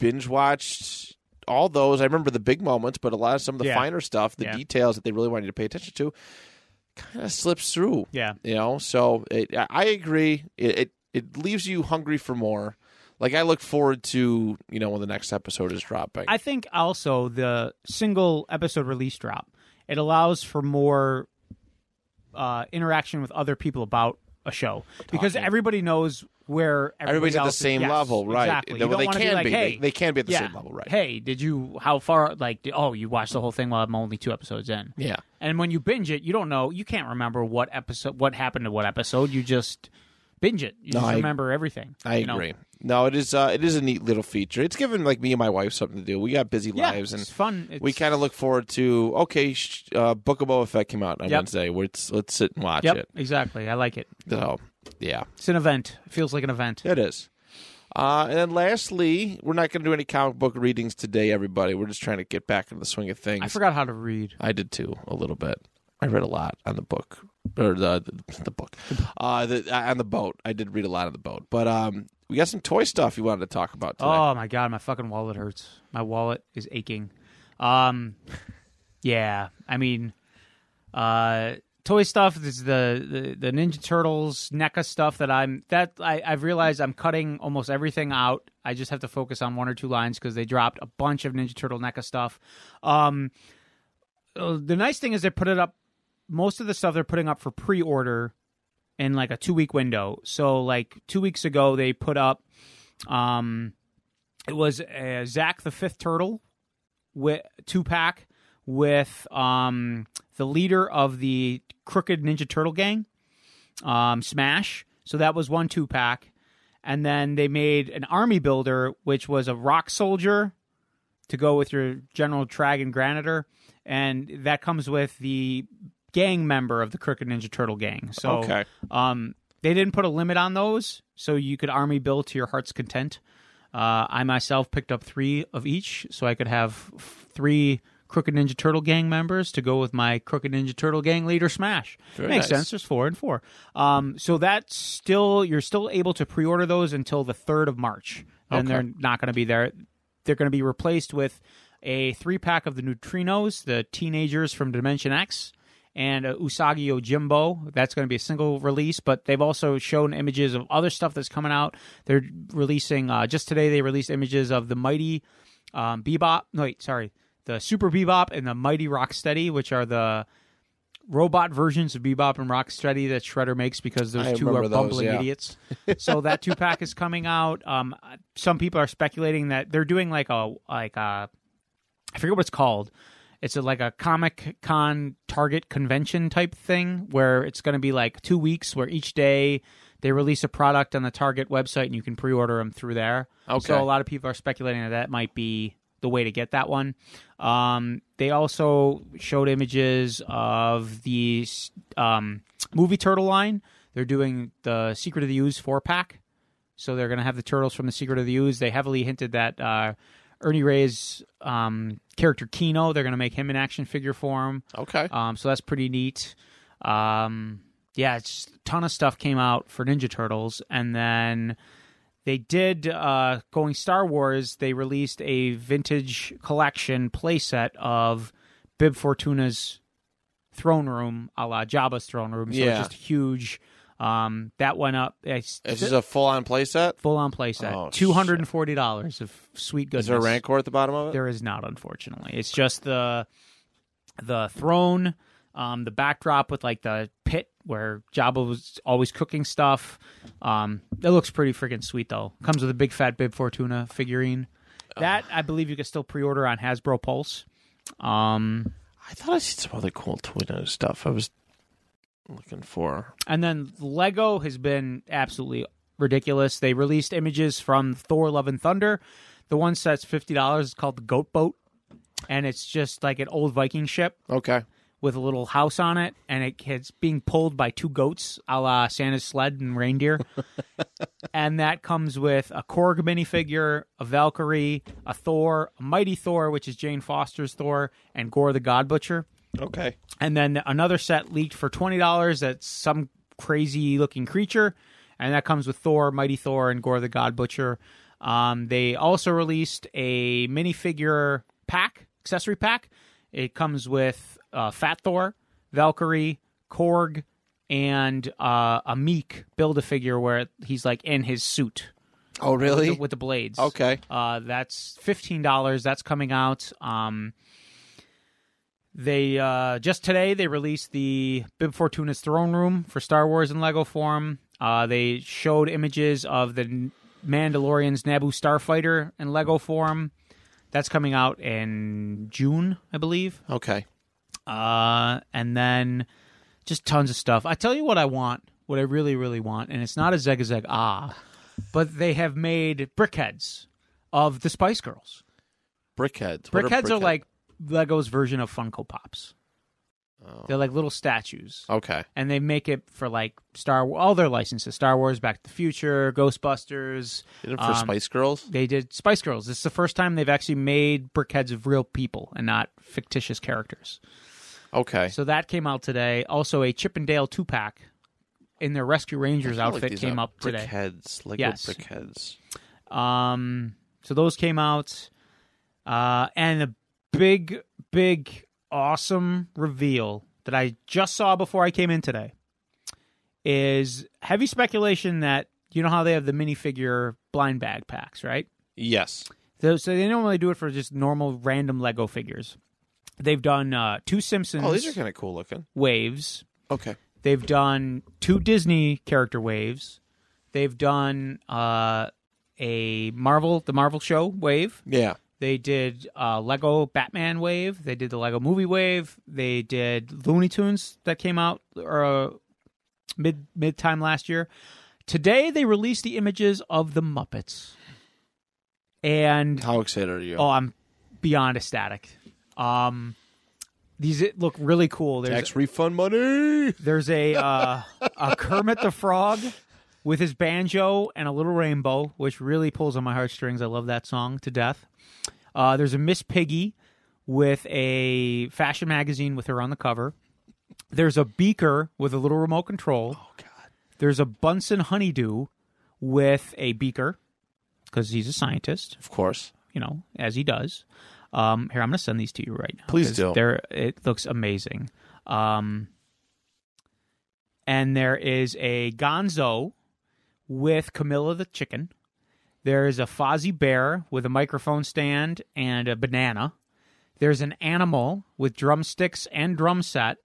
Speaker 1: binge watched all those. I remember the big moments, but a lot of some of the
Speaker 2: Yeah.
Speaker 1: finer stuff, the
Speaker 2: Yeah.
Speaker 1: details that they really wanted you to pay attention to, kind of slips through.
Speaker 2: Yeah.
Speaker 1: You know, so it, I- I agree. It, it it leaves you hungry for more. Like I look forward to you know when the next episode is dropping.
Speaker 2: I think also the single episode release drop it allows for more uh, interaction with other people about a show because
Speaker 1: Talking.
Speaker 2: everybody knows where everybody
Speaker 1: Everybody's at the
Speaker 2: else is-
Speaker 1: same
Speaker 2: yes,
Speaker 1: level, right?
Speaker 2: Exactly.
Speaker 1: They,
Speaker 2: You don't
Speaker 1: they
Speaker 2: wanna
Speaker 1: can
Speaker 2: be, like, Hey,
Speaker 1: They, they can be at the
Speaker 2: yeah.
Speaker 1: same level, right?
Speaker 2: Hey, did you? How far? Like, d- oh, you watched the whole thing. Well, I'm only two episodes in.
Speaker 1: Yeah.
Speaker 2: And when you binge it, you don't know. You can't remember what episode, what happened to what episode. You just binge it. You
Speaker 1: No,
Speaker 2: just
Speaker 1: I-
Speaker 2: remember everything.
Speaker 1: I
Speaker 2: you know?
Speaker 1: agree. No, it is uh, it is a neat little feature. It's given like me and my wife something to do. We got busy
Speaker 2: Yeah,
Speaker 1: lives, and
Speaker 2: it's fun. It's,
Speaker 1: we kind of look forward to okay, sh- uh, Book of Boba Fett came out on
Speaker 2: Yep.
Speaker 1: Wednesday. Let's let's sit and watch
Speaker 2: Yep,
Speaker 1: it.
Speaker 2: exactly. I like it.
Speaker 1: So yeah,
Speaker 2: It's an event. It feels like an event.
Speaker 1: it is. Uh, and then lastly, we're not going to do any comic book readings today, everybody. We're just trying to get back into the swing of things.
Speaker 2: I forgot how to read.
Speaker 1: I did too a little bit. I read a lot on the book or the the book uh, the, uh, on the boat. I did read a lot on the boat, but um, we got some toy stuff you wanted to talk about today.
Speaker 2: Oh my god, my fucking wallet hurts. My wallet is aching. Um, yeah, I mean, uh, toy stuff. This is the, the the Ninja Turtles NECA stuff that I'm that I, I've realized I'm cutting almost everything out. I just have to focus on one or two lines because they dropped a bunch of Ninja Turtle NECA stuff. Um, uh, the nice thing is they put it up. Most of the stuff they're putting up for pre-order in like a two-week window. So like two weeks ago they put up. Um, it was uh, Zach the Fifth Turtle with two pack with um, the leader of the Crooked Ninja Turtle gang, um, Smash. So that was one two pack, and then they made an army builder, which was a rock soldier, to go with your general Trag and Granitor, and that comes with the gang member of the Crooked Ninja Turtle gang. So
Speaker 1: Okay.
Speaker 2: um, they didn't put a limit on those, so you could army build to your heart's content. Uh, I myself picked up three of each, so I could have f- three Crooked Ninja Turtle gang members to go with my Crooked Ninja Turtle gang leader Smash.
Speaker 1: Very
Speaker 2: Makes
Speaker 1: nice.
Speaker 2: sense. There's four and four. Um, so that's still you're still able to pre-order those until the third of March. Then
Speaker 1: Okay.
Speaker 2: they're not going to be there. They're going to be replaced with a three pack of the Neutrinos, the teenagers from Dimension X, and uh, Usagi Ojimbo. That's going to be a single release, but they've also shown images of other stuff that's coming out. They're releasing uh, just today. They released images of the Mighty um, Bebop. No, wait, sorry, the Super Bebop and the Mighty Rocksteady, which are the robot versions of Bebop and Rocksteady that Shredder makes because those
Speaker 1: I
Speaker 2: two are
Speaker 1: remember those,
Speaker 2: bumbling
Speaker 1: yeah.
Speaker 2: idiots. so that two pack is coming out. Um, some people are speculating that they're doing like a like a I forget what it's called. It's a, like a Comic Con Target convention type thing where it's going to be like two weeks where each day they release a product on the Target website and you can pre order them through there.
Speaker 1: Okay.
Speaker 2: So a lot of people are speculating that that might be the way to get that one. Um, they also showed images of the um, movie turtle line. They're doing the Secret of the Ooze four pack. So they're going to have the turtles from the Secret of the Ooze. They heavily hinted that uh, Ernie Ray's um, character Kino, they're going to make him an action figure form.
Speaker 1: Okay.
Speaker 2: Um, so that's pretty neat. Um, yeah, it's a ton of stuff came out for Ninja Turtles, and then they did uh, going Star Wars. They released a vintage collection playset of Bib Fortuna's throne room, a la Jabba's throne room. So
Speaker 1: Yeah.
Speaker 2: it's just huge. Um, that went up. It's,
Speaker 1: Is this a full on playset?
Speaker 2: full on playset.
Speaker 1: Oh, shit.
Speaker 2: Two hundred and forty dollars of sweet goodness.
Speaker 1: Is there a Rancor at the bottom of it?
Speaker 2: There is not, unfortunately. It's just the the throne, um, the backdrop with like the pit where Jabba was always cooking stuff. Um, it looks pretty freaking sweet though. Comes with a big fat Bib Fortuna figurine. That I believe you can still pre-order on Hasbro Pulse. Um,
Speaker 1: I thought I seen some other cool Twino stuff I was looking for.
Speaker 2: And then Lego has been absolutely ridiculous. They released images from Thor: Love and Thunder. The one that's fifty dollars is called the Goat Boat, and it's just like an old Viking ship
Speaker 1: Okay.
Speaker 2: with a little house on it, and it, it's being pulled by two goats, a la Santa's sled and reindeer. and that comes with a Korg minifigure, a Valkyrie, a Thor, a Mighty Thor, which is Jane Foster's Thor, and Gore the God Butcher
Speaker 1: Okay.
Speaker 2: and then another set leaked for twenty dollars. That's some crazy looking creature, and that comes with Thor, Mighty Thor, and Gore the God Butcher. Um, they also released a minifigure pack, accessory pack. It comes with uh, Fat Thor, Valkyrie, Korg, and uh, a Meek build a figure where he's like in his suit
Speaker 1: Oh, really?
Speaker 2: with the blades.
Speaker 1: Okay.
Speaker 2: Uh, that's fifteen dollars. That's coming out. Um, they uh, just today they released the Bib Fortuna's throne room for Star Wars in Lego form. Uh, they showed images of the Mandalorian's Naboo starfighter in Lego form. That's coming out in June, I believe.
Speaker 1: Okay.
Speaker 2: Uh, and then just tons of stuff. I tell you what I want, what I really, really want, and it's not a Zeg Zeg Ah, but they have made brickheads of the Spice Girls.
Speaker 1: Brickheads. What
Speaker 2: Brickheads are
Speaker 1: brickhead-
Speaker 2: like Lego's version of Funko Pops.
Speaker 1: Oh.
Speaker 2: They're like little statues,
Speaker 1: Okay.
Speaker 2: and they make it for like Star Wars, all their licenses: Star Wars, Back to the Future, Ghostbusters.
Speaker 1: Did it for
Speaker 2: Um,
Speaker 1: Spice Girls?
Speaker 2: They did Spice Girls. This is the first time they've actually made brickheads of real people and not fictitious characters.
Speaker 1: Okay.
Speaker 2: So that came out today. Also, a Chippendale two pack in their Rescue Rangers
Speaker 1: I feel like
Speaker 2: outfit
Speaker 1: these
Speaker 2: came
Speaker 1: are
Speaker 2: up today.
Speaker 1: Brickheads. Lego
Speaker 2: Yes.
Speaker 1: brickheads.
Speaker 2: Um, so those came out, uh, and a big, big, awesome reveal that I just saw before I came in today is heavy speculation that you know how they have the minifigure blind bag packs, right?
Speaker 1: Yes.
Speaker 2: So so they don't really do it for just normal random Lego figures. They've done uh, two Simpsons
Speaker 1: Oh, these are kind of cool looking.
Speaker 2: waves.
Speaker 1: Okay.
Speaker 2: They've done two Disney character waves. They've done uh, a Marvel, the Marvel show wave.
Speaker 1: Yeah.
Speaker 2: They did uh, Lego Batman wave. They did the Lego movie wave. They did Looney Tunes that came out uh, mid mid time last year. Today they released the images of the Muppets, and
Speaker 1: How excited are you?
Speaker 2: oh, I'm beyond ecstatic. Um, these look really cool. There's
Speaker 1: Tax refund money.
Speaker 2: there's a uh, a Kermit the Frog with his banjo and a little rainbow, which really pulls on my heartstrings. I love that song to death. Uh, there's a Miss Piggy with a fashion magazine with her on the cover. There's a beaker with a little remote control. Oh God! There's a Bunsen honeydew with a beaker because he's a scientist,
Speaker 1: Of course.
Speaker 2: you know, as he does. Um, here, I'm going to send these to you right now.
Speaker 1: Please
Speaker 2: 'cause
Speaker 1: do.
Speaker 2: They're, it looks amazing. Um, and there is a Gonzo with Camilla the chicken. There is a Fozzie bear with a microphone stand and a banana. There's an animal with drumsticks and drum set.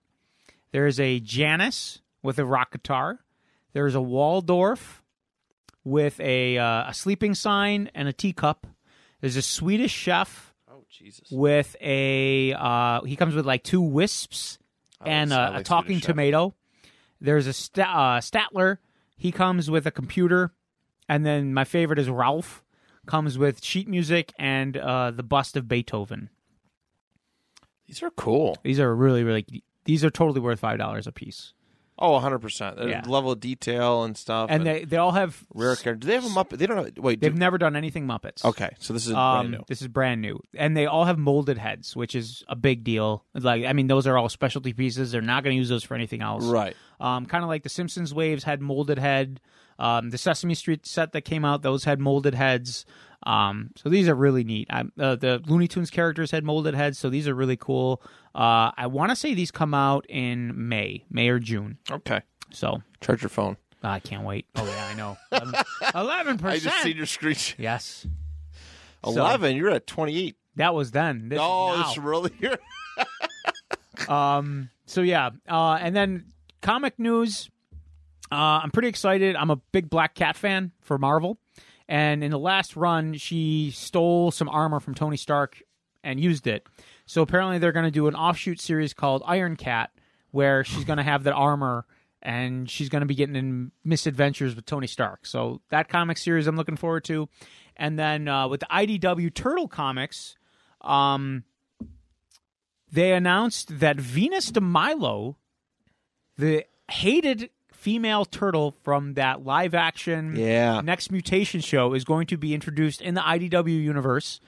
Speaker 2: There's a Janice with a rock guitar. There's a Waldorf with a, uh, a sleeping sign and a teacup. There's a Swedish chef
Speaker 1: Oh Jesus.
Speaker 2: with a uh, he comes with like two wisps
Speaker 1: I
Speaker 2: and
Speaker 1: Oh, like- I
Speaker 2: a, a
Speaker 1: like
Speaker 2: talking
Speaker 1: Swedish chef.
Speaker 2: tomato. There's a sta uh, Statler. He comes with a computer, and then my favorite is Ralph. Comes with sheet music and uh, the bust of Beethoven.
Speaker 1: These are cool.
Speaker 2: These are really, really. These are totally worth five dollars a piece,
Speaker 1: Oh, 100 percent.
Speaker 2: Yeah.
Speaker 1: Level of detail and stuff.
Speaker 2: and they they all have.
Speaker 1: rare character. Do they have a Muppet? They don't know. Wait.
Speaker 2: They've
Speaker 1: do-
Speaker 2: never done anything Muppets.
Speaker 1: okay, so this is brand new.
Speaker 2: Um, This is brand new, and they all have molded heads, which is a big deal. Like, I mean, those are all specialty pieces. They're not going to use those for anything else,
Speaker 1: Right.
Speaker 2: Um, kind of like the Simpsons waves had molded head. Um, the Sesame Street set that came out, those had molded heads. Um, so these are really neat. I, uh, the Looney Tunes characters had molded heads, so these are really cool. Uh, I want to say these come out in May, May or June.
Speaker 1: Okay.
Speaker 2: So
Speaker 1: Charge your phone.
Speaker 2: I can't wait. Oh yeah, I know. Eleven
Speaker 1: I just seen
Speaker 2: percent.
Speaker 1: your screenshot.
Speaker 2: Yes,
Speaker 1: 11. You're at 28.
Speaker 2: that was then. This is
Speaker 1: Oh,
Speaker 2: now.
Speaker 1: it's really. You're-
Speaker 2: Um, so yeah, uh, and then comic news. Uh, I'm pretty excited. I'm a big Black Cat fan for Marvel, and in the last run, she stole some armor from Tony Stark and used it. So apparently, they're going to do an offshoot series called Iron Cat, where she's going to have that armor. And she's going to be getting in misadventures with Tony Stark. So, that comic series I'm looking forward to. And then uh, with the IDW Turtle comics, um, they announced that Venus de Milo, the hated female turtle from that live action
Speaker 1: Yeah.
Speaker 2: next mutation show, is going to be introduced in the IDW universe.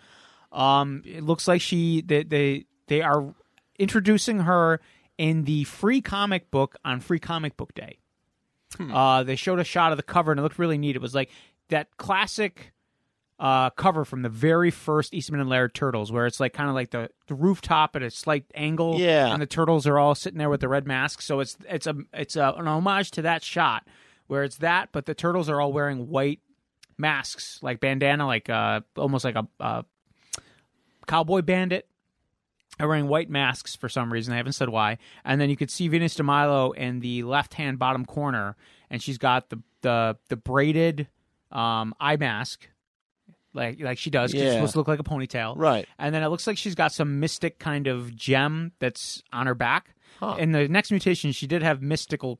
Speaker 2: Um, it looks like she they, they they are introducing her in the free comic book on Free Comic Book Day. Uh, they showed a shot of the cover and it looked really neat. It was like that classic uh, cover from the very first Eastman and Laird Turtles, where it's like kind of like the, the rooftop at a slight angle,
Speaker 1: Yeah.
Speaker 2: and the turtles are all sitting there with the red masks. So it's it's a it's a, an homage to that shot where it's that, but the turtles are all wearing white masks, like bandana, like uh, almost like a uh, cowboy bandit are wearing white masks for some reason. I haven't said why. And then you could see Venus de Milo in the left hand bottom corner, and she's got the the the braided um, eye mask, like like she does. 'cause It's
Speaker 1: Yeah.
Speaker 2: supposed to look like a ponytail,
Speaker 1: Right.
Speaker 2: and then it looks like she's got some mystic kind of gem that's on her back. In the next mutation, she did have mystical,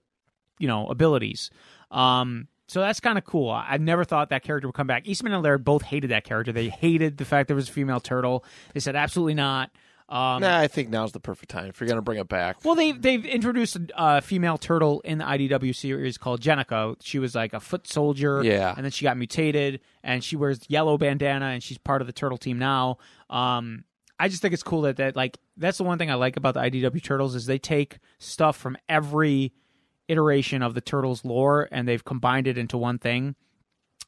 Speaker 2: you know, abilities. Um, so that's kind of cool. I- I've never thought that character would come back. Eastman and Laird both hated that character. They hated the fact there was a female turtle. They said absolutely not. Um,
Speaker 1: Nah, I think now's the perfect time. If you're going to bring it back.
Speaker 2: Well, they they've introduced a uh, female turtle in the IDW series called Jenica. She was like a foot soldier,
Speaker 1: Yeah.
Speaker 2: and then she got mutated, and she wears yellow bandana, and she's part of the turtle team now. Um, I just think it's cool that that like that's the one thing I like about the IDW turtles is they take stuff from every iteration of the turtles lore and they've combined it into one thing.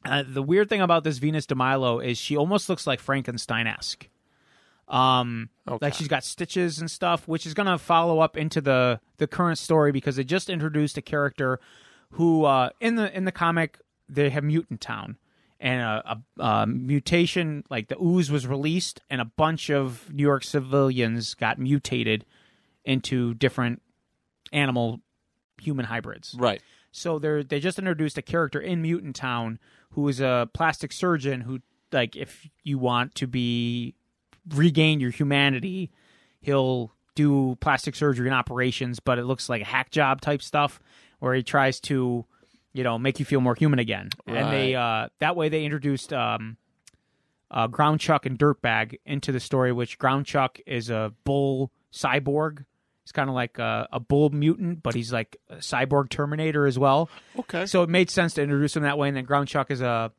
Speaker 2: Uh, the weird thing about this Venus de Milo is she almost looks like Frankenstein esque. Um,
Speaker 1: Okay.
Speaker 2: like she's got stitches and stuff, which is gonna follow up into the the current story because they just introduced a character who uh, in the in the comic they have mutant town and a, a, a mutation like the ooze was released and a bunch of New York civilians got mutated into different animal human hybrids.
Speaker 1: right.
Speaker 2: So they are they just introduced a character in Mutant Town who is a plastic surgeon who like if you want to be regain your humanity, he'll do plastic surgery and operations, but it looks like a hack job type stuff where he tries to, you know, make you feel more human again. And they uh that way they introduced um uh, Groundchuck and Dirtbag into the story, which Groundchuck is a bull cyborg. He's kind of like a, a bull mutant, but he's like a cyborg Terminator as well.
Speaker 1: Okay.
Speaker 2: So it made sense to introduce him that way, and then Groundchuck is a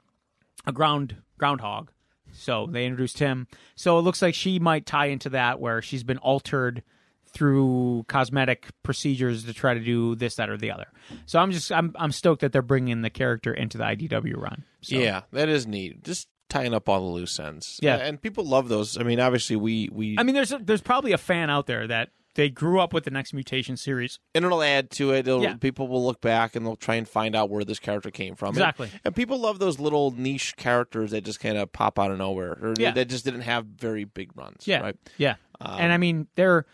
Speaker 2: a ground groundhog. So they introduced him. So it looks like she might tie into that, where she's been altered through cosmetic procedures to try to do this, that, or the other. So I'm just I'm I'm stoked that they're bringing the character into the IDW run. So,
Speaker 1: Yeah, that is neat. Just tying up all the loose ends.
Speaker 2: Yeah.
Speaker 1: and people love those. I mean, obviously we we
Speaker 2: I mean, there's there's probably a fan out there that they grew up with the Next Mutation series.
Speaker 1: and it'll add to it. It'll,
Speaker 2: Yeah.
Speaker 1: People will look back and they'll try and find out where this character came from. And-
Speaker 2: Exactly.
Speaker 1: And, people love those little niche characters that just kind of pop out of nowhere or
Speaker 2: Yeah.
Speaker 1: that just didn't have very big runs.
Speaker 2: Yeah,
Speaker 1: Right? Um,
Speaker 2: yeah. and I mean, they're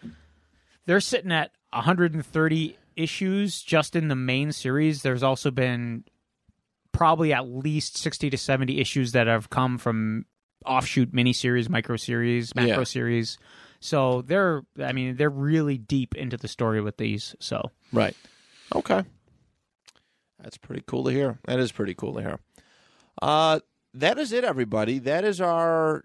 Speaker 2: they're sitting at 130 issues just in the main series. There's also been probably at least 60 to 70 issues that have come from offshoot miniseries, micro series, macro
Speaker 1: Yeah.
Speaker 2: series. So they're, I mean, they're really deep into the story with these. So
Speaker 1: Right. Okay. That's pretty cool to hear. That is pretty cool to hear. Uh, that is it, everybody. That is our.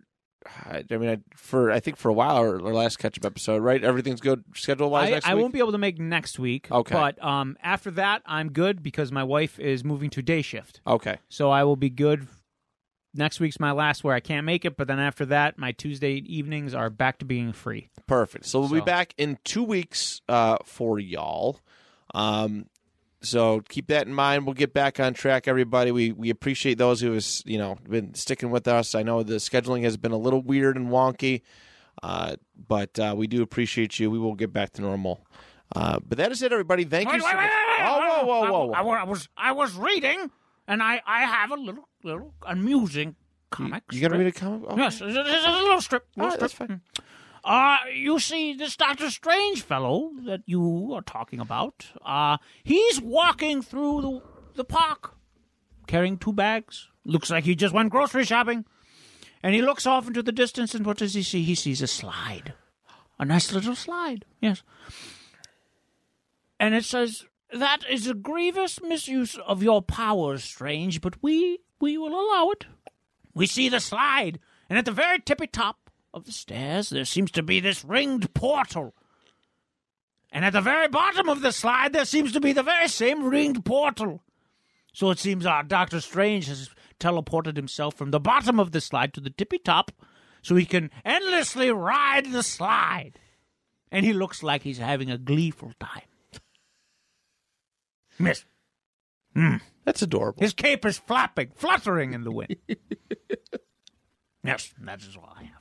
Speaker 1: I I mean, I, for I think for a while our, our last catch up episode, right? Everything's good schedule wise
Speaker 2: I,
Speaker 1: next
Speaker 2: I
Speaker 1: week.
Speaker 2: won't be able to make next week.
Speaker 1: Okay.
Speaker 2: But um, after that, I'm good because my wife is moving to day shift.
Speaker 1: okay.
Speaker 2: So I will be good. Next week's my last where I can't make it, but then after that, my Tuesday evenings are back to being free.
Speaker 1: Perfect. So we'll be
Speaker 2: So-
Speaker 1: back in two weeks uh, for y'all. Um, so keep that in mind. We'll get back on track, everybody. We we appreciate those who has you know been sticking with us. I know the scheduling has been a little weird and wonky, uh, but uh, we do appreciate you. We will get back to normal. Uh, but that is it, everybody. Thank you. so much. Oh, whoa, whoa, whoa,
Speaker 2: I,
Speaker 1: whoa!
Speaker 2: wa- I was I was reading, and I I have a little little amusing comic.
Speaker 1: You gonna
Speaker 2: strip.
Speaker 1: read a comic? Okay.
Speaker 2: Yes, it's a, it's a little strip.
Speaker 1: All
Speaker 2: little
Speaker 1: right, that's
Speaker 2: strip. Mm.
Speaker 1: fine.
Speaker 2: Uh, you see, this Doctor Strange fellow that you are talking about, uh, he's walking through the, the park carrying two bags. Looks like he just went grocery shopping. And he looks off into the distance, and what does he see? He sees a slide. A nice little slide, yes. And it says, That is a grievous misuse of your powers, Strange, but we, we will allow it. We see the slide, and at the very tippy top of the stairs, there seems to be this ringed portal. And at the very bottom of the slide, there seems to be the very same ringed portal. So it seems our Doctor Strange has teleported himself from the bottom of the slide to the tippy top so he can endlessly ride the slide. And he looks like he's having a gleeful time. Miss,
Speaker 1: That's adorable.
Speaker 2: his cape is flapping, fluttering in the wind. yes, that is all I have.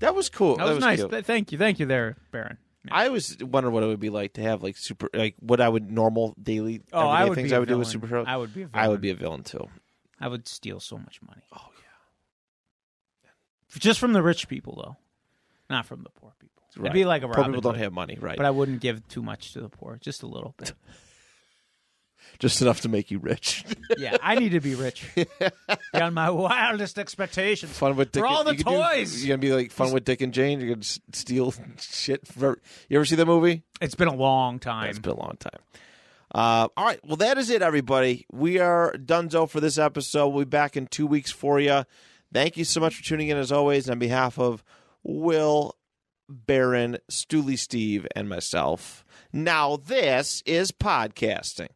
Speaker 1: That was cool.
Speaker 2: That was, nice.
Speaker 1: cute.
Speaker 2: Th- thank you. Thank you there, Baron.
Speaker 1: I always wonder what it would be like to have like super like what I would normal daily
Speaker 2: Oh,
Speaker 1: everyday
Speaker 2: I would
Speaker 1: things
Speaker 2: be
Speaker 1: I
Speaker 2: a
Speaker 1: would do with superheroes.
Speaker 2: villain. I would be a
Speaker 1: I would
Speaker 2: villain.
Speaker 1: be a villain too.
Speaker 2: I would steal so much money. Oh, yeah. Just from the rich people, though. Not from the poor people. It'd be
Speaker 1: Right.
Speaker 2: like a
Speaker 1: poor
Speaker 2: Robin
Speaker 1: people don't
Speaker 2: Hood,
Speaker 1: have money, right?
Speaker 2: But I wouldn't give too much to the poor. Just a little bit.
Speaker 1: Just enough to make you rich.
Speaker 2: yeah, I need to be rich. Beyond my wildest expectations.
Speaker 1: fun with Dick
Speaker 2: For
Speaker 1: and-
Speaker 2: all the
Speaker 1: you could do-
Speaker 2: toys.
Speaker 1: you're gonna be like fun with Dick and Jane. You're gonna s- steal shit. From, you ever see that movie?
Speaker 2: It's been a long time.
Speaker 1: It's been a long time. Uh, all right. Well, that is it, everybody. We are donezo for this episode. We'll be back in two weeks for you. Thank you so much for tuning in, as always. On behalf of Will, Baron, Stooley Steve, and myself. Now, this is podcasting.